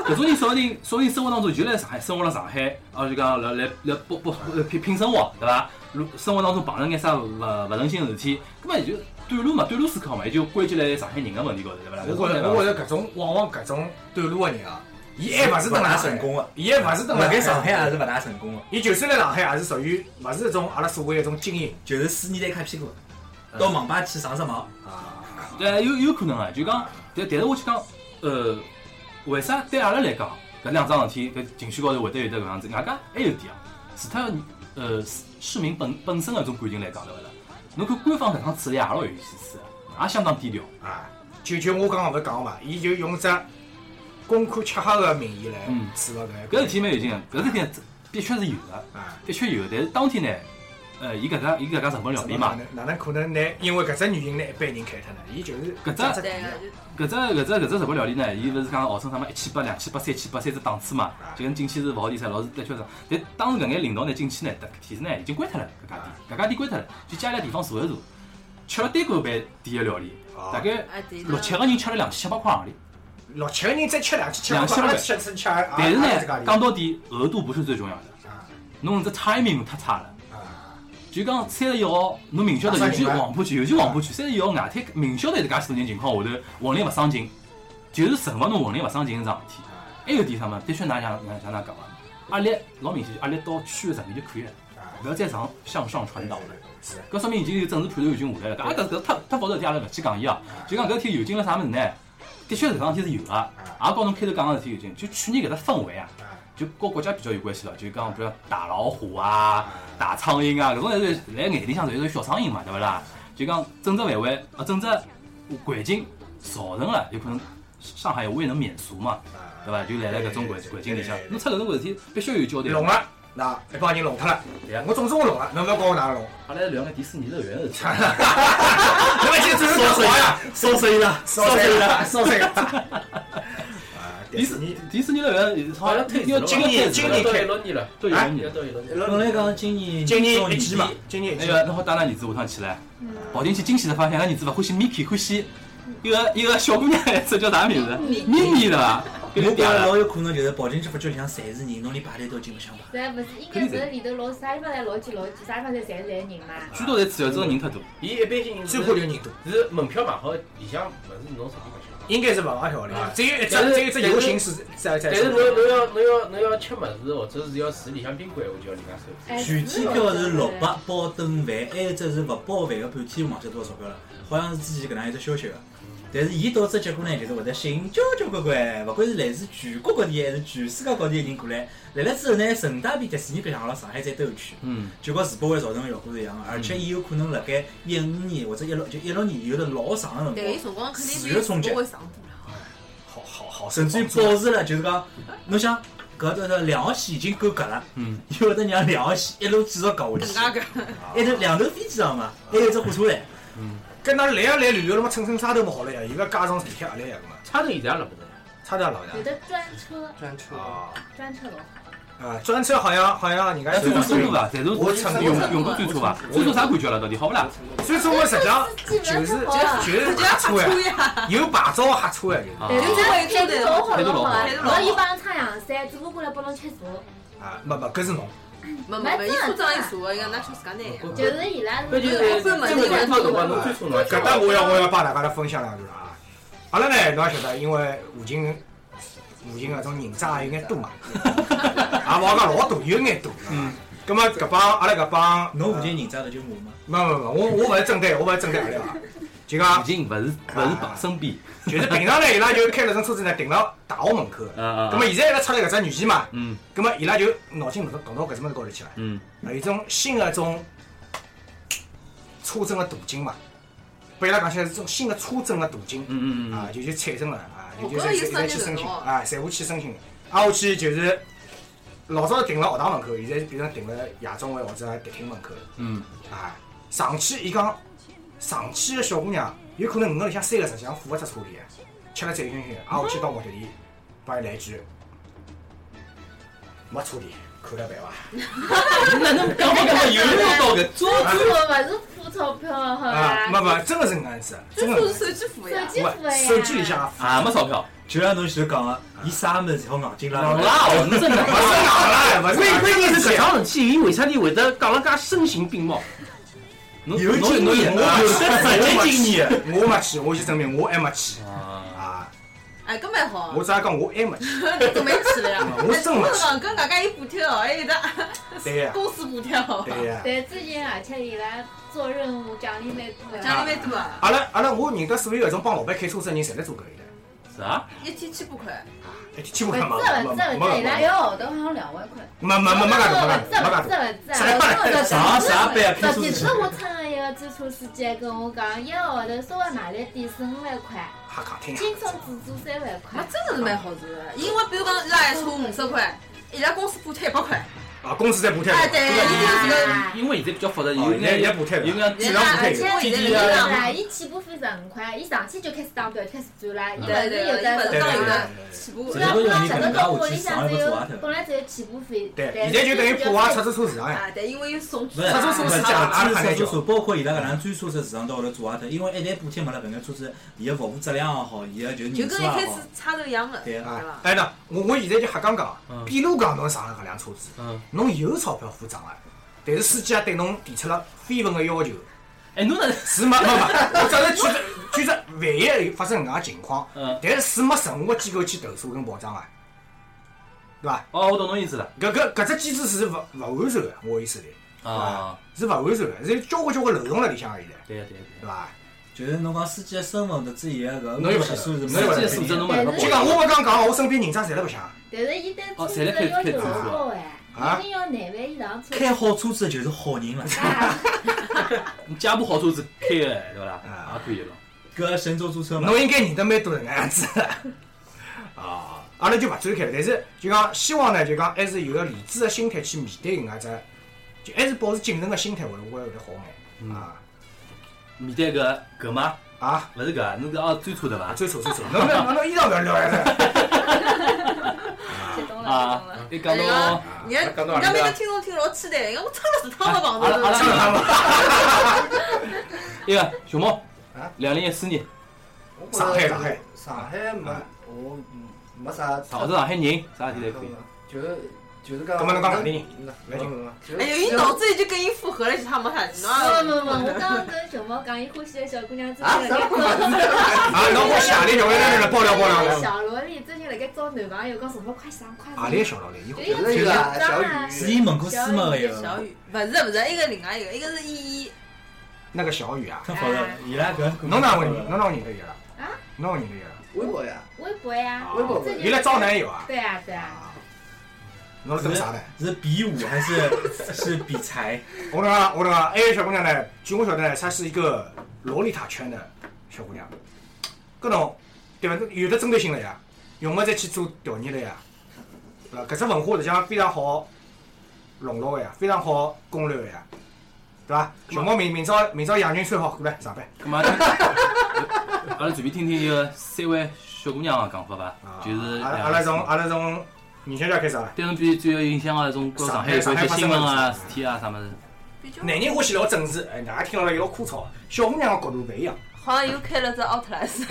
D: 搿种人说不定说不定生活当中就来上海，生活辣上海，啊就讲来来来不不拼拼生活，对伐？如生活当中碰着眼啥勿勿顺心个事体，葛末也就短路嘛，短路思考嘛，也就归结辣上海人个问题高头，对勿啦？
C: 我觉着，我觉着搿种往往搿种短路的人啊，伊还勿是
B: 勿
C: 登
B: 大
C: 上海
B: 成，功个，
C: 伊还勿是登
B: 辣盖
C: 来
B: 上海也是勿大成功个，
C: 伊就算来上海，也是属于勿是一种阿拉所谓一种精英
B: 就是四年来开屁股，到网吧去上上网。
C: 啊。
D: 对，有有可能啊，就讲，但但是我去讲，呃，为啥对阿拉来讲，搿两桩事体，搿情绪高头会得有得搿样子。外加还有一点啊，除脱呃市市民本本身搿种感情来讲对勿啦？侬看官方搿趟处理也老有意思，也相当低调。
C: 啊，就就我刚刚勿是讲嘛，伊就用只公看吃喝个名义来
D: 嗯
C: 处了搿
D: 搿
C: 个
D: 事体蛮有劲个，搿事体的确是有的，
C: 啊，
D: 的确有的。但是当天呢，呃，伊搿家伊搿家日本料理嘛，
C: 哪能可能拿因为搿只原因拿一般人开脱呢？伊就是
D: 搿只
C: 只
I: 对个，
D: 搿只搿只搿只日本料理呢，伊勿是讲号称什么一千八、两千八、三千八三只档次嘛，就跟进去是勿好点噻，老是的确是。但当时搿眼领导呢进去呢，特其实呢已经关脱了搿家店，搿家店关脱了，就家里地方坐一坐，吃了单锅饭店个料理，大概
I: 啊对
D: 六七个人吃了两千七百块行钿。
C: 六七个人再吃两千，吃
D: 两千
C: 吃
D: 了呗
C: 吃吃吃，啊
D: 但是
C: 啊自家
D: 呢，
C: 里
D: 讲到底额度不是最重要的，
C: 啊
D: 侬这 timing 太差了。
C: 啊
D: 就讲三十一号，侬明晓得，尤其黄浦区，尤其黄浦区三十一号外滩，明晓得搿介许多人情况下头，混乱勿上进，就是惩罚侬混乱勿上进搿桩事体。还有点啥么？的确，㑚像像㑚讲个，压力啊老明显，压力到区域层面就可以了，
C: 啊，
D: 勿要再上向上传导了。
C: 是
D: 搿说明已经有政治判断已经下来了。搿啊搿搿太太复杂事体，阿拉勿去讲伊啊。就讲搿事体有劲了啥物事呢？的确搿桩事体是有啊个，也告侬开头讲个事体有劲。就去年搿只氛围啊，就跟国家比较有关系了。就讲比如大老虎啊、大苍蝇啊，搿种侪是辣眼里向侪是小苍蝇嘛，对勿啦？就讲政治范围啊，政治环境造成了有可能上海未能免俗嘛，对伐？就来辣搿种环环境里向，侬出搿种事体必须要有交代。
C: 聋了，那一帮人聋脱了
D: 对啊，
C: 我总之我聋了，侬勿要告我哪能聋，
D: 阿拉聊个迪士尼乐园的事体。
C: 侬勿去只是说话呀，
H: 烧死伊了，
C: 烧谁了，烧谁了，啊，
D: 迪
C: 迪
D: 士
C: 士
D: 尼
C: 尼，
D: 迪士尼乐园好像要今年今
E: 要
D: 年
E: 到一六年了，
D: 都有
C: 啊
D: 年
E: 要。到一六年。
B: 本来讲今年
C: 今年
B: 中
C: 一
B: 期
C: 季
B: 嘛
C: 嘛，，今年一
D: 那
C: 季，
D: 个，侬好带㑚儿子下趟去唻，跑进去惊喜的发现，㑚儿子勿欢喜 Mickey，欢喜一个一个小姑娘，这叫啥名字？咪咪对伐？搿就
B: 我觉
D: 嗲
B: 着
D: 了。
B: 老有可能就是跑进去发觉里向侪是人，侬连排队都进勿上排。
J: 对，勿是应该是里头老啥地方侪老挤老挤，啥地方侪侪是人嘛。
D: 许多侪主要这个人太多，
E: 伊一般性
C: 最
E: 是
C: 怕就人多，
E: 是门票买好，里向勿是侬随便白相。
C: 应该是勿好条理
E: 啊，
C: 只有一只
E: 但是
C: 只有一只游行是在在，
E: 但是侬侬要侬要侬要吃物事，或者是要住里向宾馆，我就要另外收费。
J: 哎
B: 全天票是六百，包顿饭，还有一只是勿包饭个半天，我忘记多少钞票了，好像是之前搿能样一只消息个。但是伊导致结果呢，就是会得吸引交交关关，勿管是来自全国各地还是全世界各地个人过来。来了之后呢，顺带便迪士尼白相了上海再兜一圈，
D: 嗯，
B: 就和世博会造成个效果是一样个。而且伊有可能辣盖一五年或者一六就一六年有了老长个辰光
I: 但，伊辰光肯定
B: 自由冲击
I: 不会上火了。
C: 好好好，
B: 甚至于
C: 做
B: 保持了，就是讲，侬想搿搭的两号线已经够搿了，
D: 嗯，
B: 伊会得让两号线一路继续搿
I: 更
B: 下
I: 加
B: 去，
I: 个，
B: 一头两头飞机上嘛，还有一只火车站，
C: 跟那来啊来旅游了嘛，蹭蹭差头嘛好了呀，伊个加上地铁也来呀个嘛，
E: 差头现在也辣不得了，
C: 差头也老呀
J: 有。的专车，
F: 专车
C: 啊
J: 专车老好。
C: 啊，专车好像好像人家
D: 哎，最
C: 专
D: 终
C: 车
D: 最初，伐？最终
C: 我乘过
D: 用用过最初伐？最初啥感觉了？到底好勿啦？
C: 专车我实际上
J: 基
C: 就是
J: 本上好啊
C: 就是黑车
I: 对
C: 呀，
I: 呀，
C: 有牌照黑车呀，就是
D: 啊，
J: 但是
I: 态
J: 态
I: 度
J: 度
I: 老
J: 老好
D: 态度
J: 老
D: 老
J: 好啊
D: 好，
J: 然后伊帮侬擦阳伞，只不过来拨侬吃茶，
C: 啊，没没，搿是侬
I: 没没没，伊车长一坐，伊讲㑚去自家拿呀。
J: 就是伊拉
E: 那就是
J: 是
E: 这么难做辰光，侬最初侬
C: 搿搭我要我要帮大家来分享两句了啊。阿拉呢，侬也晓得，因为附近附近搿种人渣有眼多嘛，也勿好讲老多，有眼多。嗯。葛末搿帮阿拉搿帮
B: 侬附
C: 呃
B: 近人渣的就我嘛，
C: 没没没，我我勿是针对，我勿是针对阿拉啊，就讲
D: 已经勿是勿是旁身边，
C: 就是平常呢，伊拉就开了种车子呢，停到大学门口。
D: 啊啊
C: 葛末
D: 啊，
C: 现在伊拉出了搿只软件嘛，
D: 嗯
C: 葛末伊拉就脑筋动动到搿只物事高头去了，
D: 嗯，
C: 啊，有种新的种车震个途径嘛，拨伊拉讲起来是种新的车震个途径，
D: 嗯嗯嗯
C: 啊，就就产生了啊，就
I: 我
C: 就
I: 觉着有
C: 侪
I: 商
C: 侪
I: 业
C: 去申请
I: 搿种
C: 啊，侪会去啊申请的，挨下去就是老早停了学堂门口，现在变成停了夜总会或者迪厅门口了。
D: 嗯，
C: 啊，上去伊讲上去个小姑娘，有可能五个里向三个实际上负责只车里的，吃了醉醺醺的，啊，我去到目的地，帮伊来一句，没车里，看了办伐？
D: 那那刚刚刚有没有到搿
J: 坐车勿是付钞票的好
C: 啊，没
J: 伐？
C: 没，真的是搿样子，真
I: 这
C: 的
I: 车是
C: 是
I: 手机付
J: 手
I: 呀，
J: 机
C: 搿样
J: 付的
C: 子，
J: 呀。
C: 勿手机里向
D: 啊没钞票，
B: 就像侬前头讲个，伊啥物事侪好硬劲
D: 老
B: 啦，
D: 啦，我们真的
C: 勿是哪啦，勿是
E: 关
C: 哪
E: 关键
C: 能
E: 是
C: 这
E: 搿
C: 样。
E: 桩事体，伊为啥体会得讲了介声情并茂？
D: 侬
B: 有
D: 侬
B: 经
D: 侬
B: 验
D: 侬
C: 啊
D: 有实际经验
C: 我没去，我就证明我还没去
D: 啊，
C: 啊！
I: 哎，搿蛮好
C: 我，只讲我还没去，
I: 你准备去了呀？
C: 我真没
I: 我
C: 去。
I: 讲搿外加有补贴哦，还有得
C: 对呀，
I: 公司补贴哦，
C: 对呀。
J: 对，最近而且伊拉做任务奖励蛮多的。
I: 奖励蛮多啊。
C: 阿拉阿拉，我认得所有搿种帮老板开车子的人，侪在做搿一类。
D: 啥？
I: 一天千把块，
C: 一天千把块
J: 不
C: 嘛
J: 是不是
C: 没没
J: 不是，
C: 没
J: 伊拉一个号头好像两万块。
C: 没没没没噶多，没噶多，没噶
J: 不
C: 多。
J: 是不是，
C: 啥班
J: 我
D: 啥啥班啊开车
J: 实际
D: 司
J: 是我乘了一个专车司机跟我讲，一个号头稍微买力点是五万块，
C: 瞎讲听啊！
J: 今朝自助三万块
I: 那。真的是蛮好吃的。因为比如讲，伊拉还车五十块，伊拉公司补贴一百块。
C: 啊，公司在补贴
I: 哎，对，
C: 对吧
I: 伊拉
D: 啊因为现在比较复杂，
C: 哦
D: 有
C: 现在
D: 眼
C: 也补贴了
D: 有眼
I: 现
D: 质
I: 在
D: 量
I: 而
D: 补贴的，
I: 且现在
J: 不
I: 现
J: 是
I: 在
J: 啦，伊起步费十五块，伊上去就开始打表，开始转啦，伊勿
I: 对
J: 是有
I: 对，伊
J: 的
I: 勿是
J: 打
I: 当有
J: 的。
I: 的起步
J: 不
B: 对
J: 要
B: 对
J: 不
B: 对
J: 要，
B: 对对
J: 想得
B: 对
J: 到屋里向
B: 对
J: 只
B: 对
J: 有
B: 对对
J: 本来只有起步费，
C: 对，
J: 但
C: 现在就等于破坏出
J: 是
C: 租车市哎场呀。
I: 啊，对，因为有送
B: 不
I: 出
B: 是，
C: 出租车市场
B: 不
C: 也很难
B: 是出
C: 叫
B: 租车，包括伊拉搿能专车市场到后头做阿头，因为一旦补贴没了，搿眼车子伊个服务质量也好，伊个嗯就是
I: 就
B: 人
I: 跟
B: 数
I: 一
B: 也
I: 开始
B: 好，
I: 差头一样的，
B: 对
I: 对
B: 啊
I: 伐？
C: 哎，那我我现在就瞎讲讲
D: 嗯，
C: 比如讲侬上了搿辆车子
D: 嗯，
C: 侬有钞票付账啊，但是司机也对侬提出了非分的要求，
D: 哎，侬哪
C: 是没没没，我只是举着举着，万一发生搿能介情况，
D: 嗯，
C: 但是是没任何机构去投诉跟保障啊，对伐？
D: 哦，我懂侬意思了
C: 搿搿搿只机制是勿勿完善的，我意思里
D: 啊，
C: 是勿完善的，是有交关交关漏洞辣里向的现在，
D: 对啊对对。
C: 对伐？
B: 就是侬讲司机个身份得知伊个搿
C: 侬又
B: 个
C: 勿
B: 系数是
C: 侬又勿晓得
D: 实际
B: 没
D: 素质侬没办法
C: 就
D: 保
C: 讲
D: 证。
C: 我勿讲讲，我身边人渣侪辣白相
J: 但是伊对
D: 哦
J: 车
D: 侪
J: 子
D: 辣
J: 的
D: 开开
J: 要
D: 支
J: 求
D: 付
J: 老
D: 啊
J: 高哎，
C: 啊
J: 一定要廿万以上车子。
B: 开好车子就是好人了。
J: 啊
D: 你家部好车子开的，对伐啦？
C: 啊
D: 也可以了。
B: 搿神州租车嘛，
C: 侬应该认得蛮多人搿样子。 啊，阿拉就勿展开了，但是就讲希望呢，就讲还是有个理智的心态去面对搿能介只，就还是保持谨慎的心态会会会得好眼。啊
D: 面对搿搿吗？
C: 啊，
D: 勿是搿，侬搿哦专车对伐？
C: 最丑最丑，侬侬侬衣裳勿要撩了。
G: 激动了，激动 了。
D: 啊，一讲到
I: 人家
F: 讲到
I: 人家每
F: 哪
I: 个
F: 里
I: 听众听老期待，人家我撑了十趟了房
D: 阿拉阿
I: 子，
D: 拉 一个熊猫
F: 啊，
D: 两零一四年，
C: 上海上海，
F: 上海没我没啊啥。
D: 我是上海人，啥事体侪可以。
F: 就是就是啊讲。
C: 搿么侬讲哪里人？
F: 来听侬。
I: 哎呦，伊脑子里就跟伊符合了，其他没啥人
J: 不不
I: 啊。
J: 不，我刚刚跟熊猫讲，伊欢喜的小姑娘最
F: 啊
J: 近
F: 啥
J: 辣盖
C: 啊，侬我下里聊来来来爆料爆料来。
J: 小萝莉最近辣盖招男朋友，告诉我快上快
D: 啊
J: 上。
C: 阿里小老弟，一会
J: 就
C: 儿
J: 一个
F: 就是
J: 张
F: 啊小
J: 啊
F: 雨，
B: 是伊问过师妹个一
I: 小
B: 个，
I: 雨，不是不是，一个另外一个，一个是依依，
C: 那个小雨啊，
B: 太好了，伊拉搿
C: 侬哪会侬哪会认得伊拉？
J: 啊，
C: 侬哪会认得伊拉？
F: 微博呀，
J: 微博呀，
F: 微博
J: 最近
C: 伊拉招男友啊？
J: 对啊对啊，
C: 啊，侬是干啥的？
B: 是比武还是是比财？
C: 我的啊，我的啊，A 小姑娘呢，据我晓得呢，她是一个洛丽塔圈的小姑娘，各种对吧？有的针对性了呀，有没再去做调研了呀，对吧？搿只文化实际上非常好笼络的呀，非常好攻略的呀，对吧？熊猫明明朝明朝洋军穿好过来上班，
D: 咁嘛，阿拉随便听听一个三位小姑娘个讲法伐
C: 啊，？
D: 就是
C: 阿拉阿拉从阿拉从女性家开始啊，
D: 对侬比最有影响个种关于上海有关一些新闻啊、事体啊啥物事。
I: 比较
C: 男人欢喜老正式，哎，大家听了老枯燥，小姑娘的角度勿一样，
I: 好像又开了只奥特莱斯，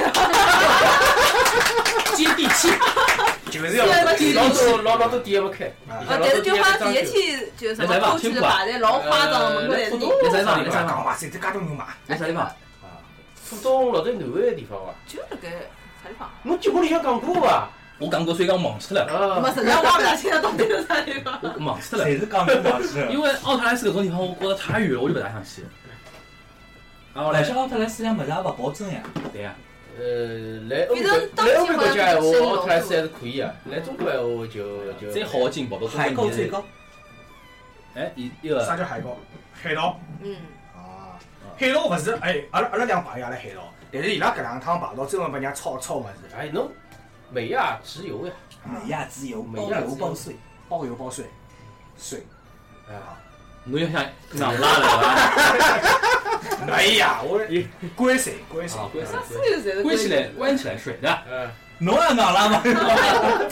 C: 接地气，就是要
E: 老多老老多店还没开，
I: 啊，但是就好像第一天就是什么过去的排队老夸张，门口
E: 来浦
I: 侪
E: 东
I: 是，，
D: 来啥地
C: 讲
D: 方？来啥地
C: 讲
D: 方？
C: 嘛，谁这介多人嘛？
D: 来啥地方？
C: 啊
E: 浦东老在南汇个地方伐？
I: 就辣盖啥地方？
E: 侬节目里向讲过伐？
D: 我讲过，所以讲忘记了，
I: 没，
E: 啊，
I: 实际上我也不大清楚到底是啥地方。
D: 我忘记了。
B: 侪是讲过嘛 是。
D: 因为奥特莱斯搿种地方，我觉得太远了，我就勿大想去。啊，我
B: 来
D: 来
B: 像奥特莱斯像物事也勿保证呀，
D: 对呀，
E: 呃，来欧美国来欧美国家闲话，奥特莱斯还是可以啊。来中国闲话就就
D: 最好的进步到
B: 海高最。高。
D: 哎，一一
C: 啥
D: 个
C: 叫海盗？海盗
I: 嗯，
C: 啊，海盗勿是哎，阿拉阿拉两朋友也来海盗，但是伊拉搿两趟排到专门把人家抄抄物事，
E: 哎，侬美亚直邮呀，
B: 美亚之友，
E: 美
B: 包
E: 亚
B: 邮
E: 之友
B: 包税，
C: 包邮哦包税，税。
E: 啊，
D: 侬要想长大了，
C: 哎呀，我关税关税
D: 啊，关
I: 啥
D: 起
I: 所有侪是
D: 来，关起来，关起来水的。
E: 嗯，
B: 侬也硬拉 嘛？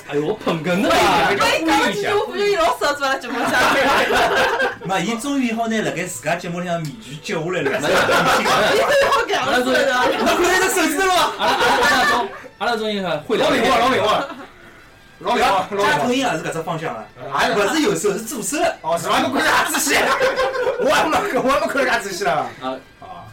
D: 哎呦，我捧哏的
E: 哎
D: 吧？
I: 我一讲起句，我发觉伊老适合做阿拉节目下面，
B: 嘛，伊终于好拿辣盖自家节目里向面具接下来了。
I: 我讲了是的。
B: 侬看到只手指了吗？
D: 阿拉阿拉种，阿拉种应该会聊
C: 老美国老美国老美国
B: 加
C: 老
B: 藤
C: 美
B: 鹰也是搿只方向 了，
C: 国，哎
B: 勿是右手是左手。
C: 哦是伐？侬看得介仔 细，我还没我还没看得介仔细了。
D: 啊。
C: 啊，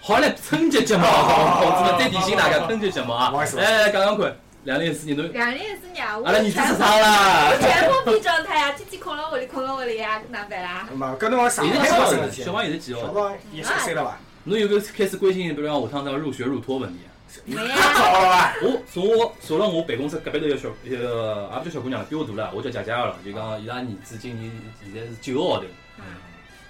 D: 好嘞，春节节目，同志们再提醒大家，春节节目啊
C: 不好意，思
D: 来来，讲讲看，两零一四年侬，
J: 两零一四年我
D: 阿拉女子
J: 全
D: 市
J: 部
D: 场啦
J: 我，全部变状态呀，天天困了屋里困了屋里呀，哪办啦？
C: 那么搿侬上
D: 现在
C: 海
D: 几
C: 发
D: 号
C: 生
D: 了？
C: 事体
D: 小，王现在几
C: 小
D: 号？
C: 光也十岁了伐？
D: 侬有没有开始关心，比如讲下趟子要入学入托问题啊？
J: 没
D: 太
J: 啊，
C: 早了吧？
D: 我从我坐了我办公室隔壁头一个小，呃，也不叫小姑娘了，比我大了，我叫姐姐了，就讲伊拉儿子今年现在是九个号头，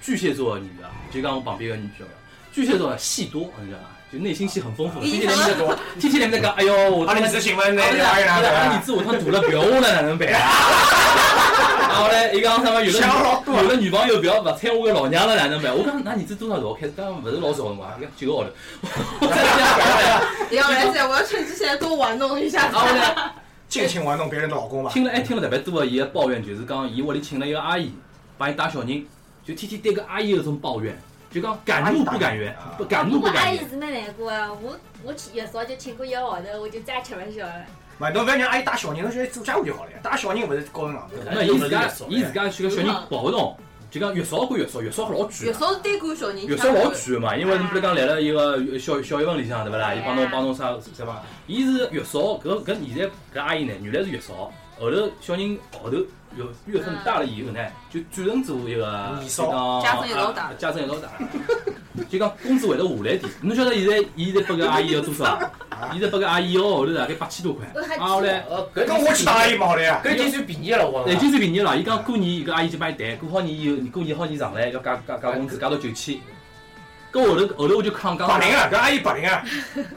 D: 巨蟹座的女的，就讲我旁边一个女小孩，巨蟹座的戏多，你知道吧？就内心戏很丰富，
I: 已
D: 天
I: 经
D: 天在那边天天在那边讲，哎呦，我
C: 阿拉
D: 他妈
C: 啊你是新闻呢？
D: 哎呀，
C: 哎呀，
D: 俺儿子我他大了，不要我了，哪能办啊？ 然后嘞，伊讲什么有的
C: 想老多
D: 有的女朋友不要勿睬我个老娘了，哪能办？我讲，那儿子多少大？开始讲勿是老少辰光，伊讲九个号头， 我再这样办了。
I: 要不然噻，我要趁机现在多玩弄一下
D: 然。后嘞，
C: 尽情玩弄别人的老公吧。
D: 听了还哎听了特别多的伊个抱怨，就是讲伊屋里请了一个阿姨帮伊带小人，就天天对个阿姨有种抱怨，就讲敢怒不敢言，不敢怒
J: 不
D: 不
J: 过阿
D: 敢
J: 姨
D: 言。
J: 是蛮难过啊，我我去月嫂就请过一个号头，我就再吃勿消了。
C: 嘛，侬勿要让阿姨带小人，侬就做家务就好了呀。带小人勿是高人硬头。
D: 那伊自家伊自家去个小人抱勿动，就讲月嫂归月嫂，月嫂老
I: 有
D: 卷
I: 时。候是单管小人，
D: 月嫂老卷嘛，因为侬比如讲来了一个小小一份里向，对勿
I: 啊
D: 啦？伊帮侬帮侬啥啥帮，伊是月嫂，搿搿现在搿阿姨呢，原来是月嫂，后头小人后头月月份大了以后呢，就转成做一个
C: 二嫂
D: 就讲啊
I: 家政一老大
D: 家政一老大，就讲工资会得下来点。侬晓得现在伊现在拨搿阿姨要 多少？现在拨搿阿姨一个号头大概八千多块，啊 后来。
E: 呃，搿
C: 跟我去带阿姨嘛好了呀。
E: 搿已经算便宜了，我啊
D: 已经最便宜了，伊讲过年搿阿姨就帮伊谈，过好年以后，过年好年上来要加加加工资，加到九千。搿后头后头我就抗讲，
C: 白领啊，搿阿姨白领 啊，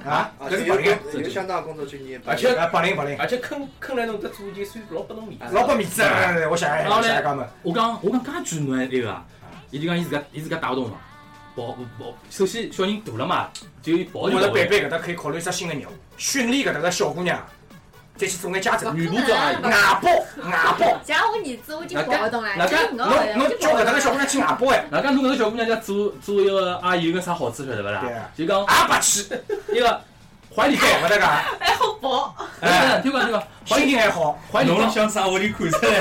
C: 啊，
F: 啊，
C: 搿
F: 有
C: 是白领啊，
F: 有有相当的工作经验，
E: 而且
C: 啊，白领白领，
E: 而且坑坑来侬搿做已经算老拨侬面子了，
C: 老拨面子啊！来来来我想想，我想啊想讲嘛，
D: 我讲我讲介句侬还那个啊，伊就讲伊自家伊自家带勿动嘛，跑跑。首先小人大了嘛，就伊跑
C: 我
D: 就
C: 觉着
D: 跑不
C: 贝
D: 动。
C: 贝搿搭可以考虑一只新的业务，训练搿搭个小姑娘，再去做眼家政，
D: 女仆做阿姨，
C: 外包外包，
J: 像我儿子我就
D: 哪
J: 跑
D: 个
J: 勿动了，
D: 哪
J: 就
D: 个
J: 是五个号
C: 侬
J: 头，
C: 侬
J: 就
C: 叫搿
J: 跑勿
C: 搭
J: 动
C: 个小姑
J: 了。
C: 娘去外包哎，
D: 哪讲侬搿个小姑娘家做做一个阿姨有个啥好处晓得勿
C: 对
D: 啦
C: 啊？
D: 就讲
C: 也白去，
D: 一个怀里
C: 对
D: 抱，
C: 勿得个，
I: 还好薄，
D: 哎，
C: 哎，
D: 听讲听讲，怀
C: 啊心
D: 里
C: 情还好。
D: 怀里抱，
H: 想啥我就看出来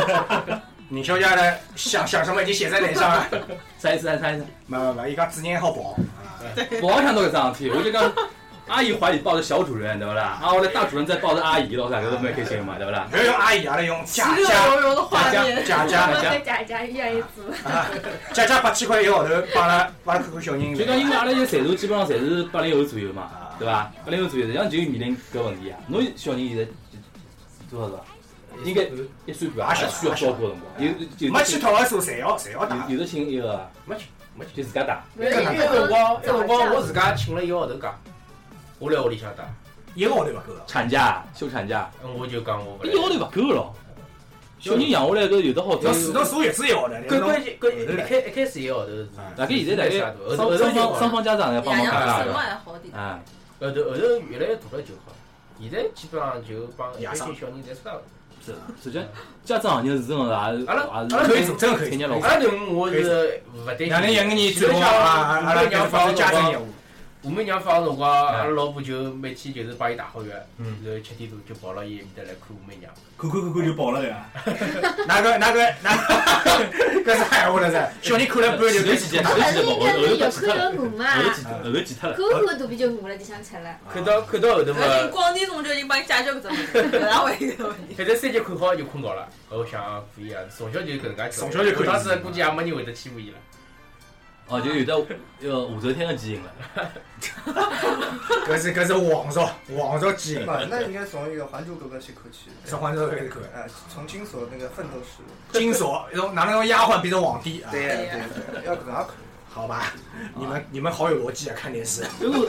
H: 了。
C: 宁小姐的想想什么已经写在脸上了，
D: 啥意思啥意思啥意思？
C: 没没没，伊讲主人还好啊跑，
D: 我好想到搿桩事体，我就讲。阿姨怀里抱着小主人，对勿啦？啊，后来大主人再抱着阿姨，老啥，搿个蛮开心的嘛，对勿啦？
C: 不要用阿姨，阿拉用
I: 其
C: 姐
I: 乐
C: 姐
I: 融融的画面。
C: 姐姐。
J: 我跟姐姐一样一组，
C: 啊，姐姐八千块一个号头，帮拉帮拉看看小人。
D: 就讲，因为阿拉现在岁数基本上侪是八零后左右嘛，对伐？八零后左右，实际上就面临搿问题啊。侬小人现在多少多应该一岁半，也需要照顾的辰光。有有
C: 没去托儿所，侪要侪要打。
D: 有有的请一个
E: 没去没
D: 就
E: 去。
D: 自家带，
E: 因为搿辰光，搿辰光我自家请了一个号头假，我来屋里向打，嗯
C: 一个号头勿够啊，
D: 产假休产假，
E: 我就讲我勿
D: 一
E: 来
D: 个。号头勿够了。小人养下来搿有的好
C: 侬除侬坐月子一个号头，
E: 搿关键搿一开一开始一个号头是，
D: 大概现在大概
E: 后头
D: 双
E: 后
D: 双
E: 头
D: 方双方家长来帮忙
I: 爷娘
D: 带
I: 什么
D: 带，
I: 还好点，
D: 哎，
E: 后头呃后头越来越大了就好，现在基本上就帮一群小人侪出了。
D: 是实际家长行业是真的也也
C: 可以做，真的可以
D: 产业
C: 做
D: 老。
E: 阿拉头哎我是勿担心。
C: 两零一五年最后啊，阿拉就发展家政业务，
E: 我们娘放个辰光，阿拉老婆就每天就是帮伊汏好浴，
H: 嗯
E: 然后七点钟就跑到伊面搭来看我们娘。
H: 看看看看就饱了呀！
C: 哪个哪个哪个，搿是闲话了噻。小人看了半就
D: 前头几天，前头
J: 勿
D: 几
J: 是
D: 天
J: 应
D: 我
J: 该
D: 后
J: 是
D: 头
J: 越
D: 把其他
J: 看
D: 后头几后头几
J: 越饿嘛？
D: 脱了。
J: 看看肚皮就饿了，就想吃了。
E: 看到看到后头嘛，
I: 而且光天侬就已经帮你解决搿只问题，搿 哪会有问题？
E: 反正三节看好就困觉了。我想可以啊，从小就搿能介教育。
C: 从小就可以
E: 当时估计也没人会得欺负伊了。
D: 哦，就有的呃武则天的基因了。
C: 搿是搿是皇朝皇朝基因，
F: 嘛，那应该从一个《还珠格格》先看起，
C: 从皇朝开始看。
F: 哎，从金锁那个奋斗史，
C: 金锁从哪能从丫鬟变成皇帝啊？
F: 对对对，要搿能看。
C: 好吧，你们你们好有逻辑啊，看电视。
D: 因为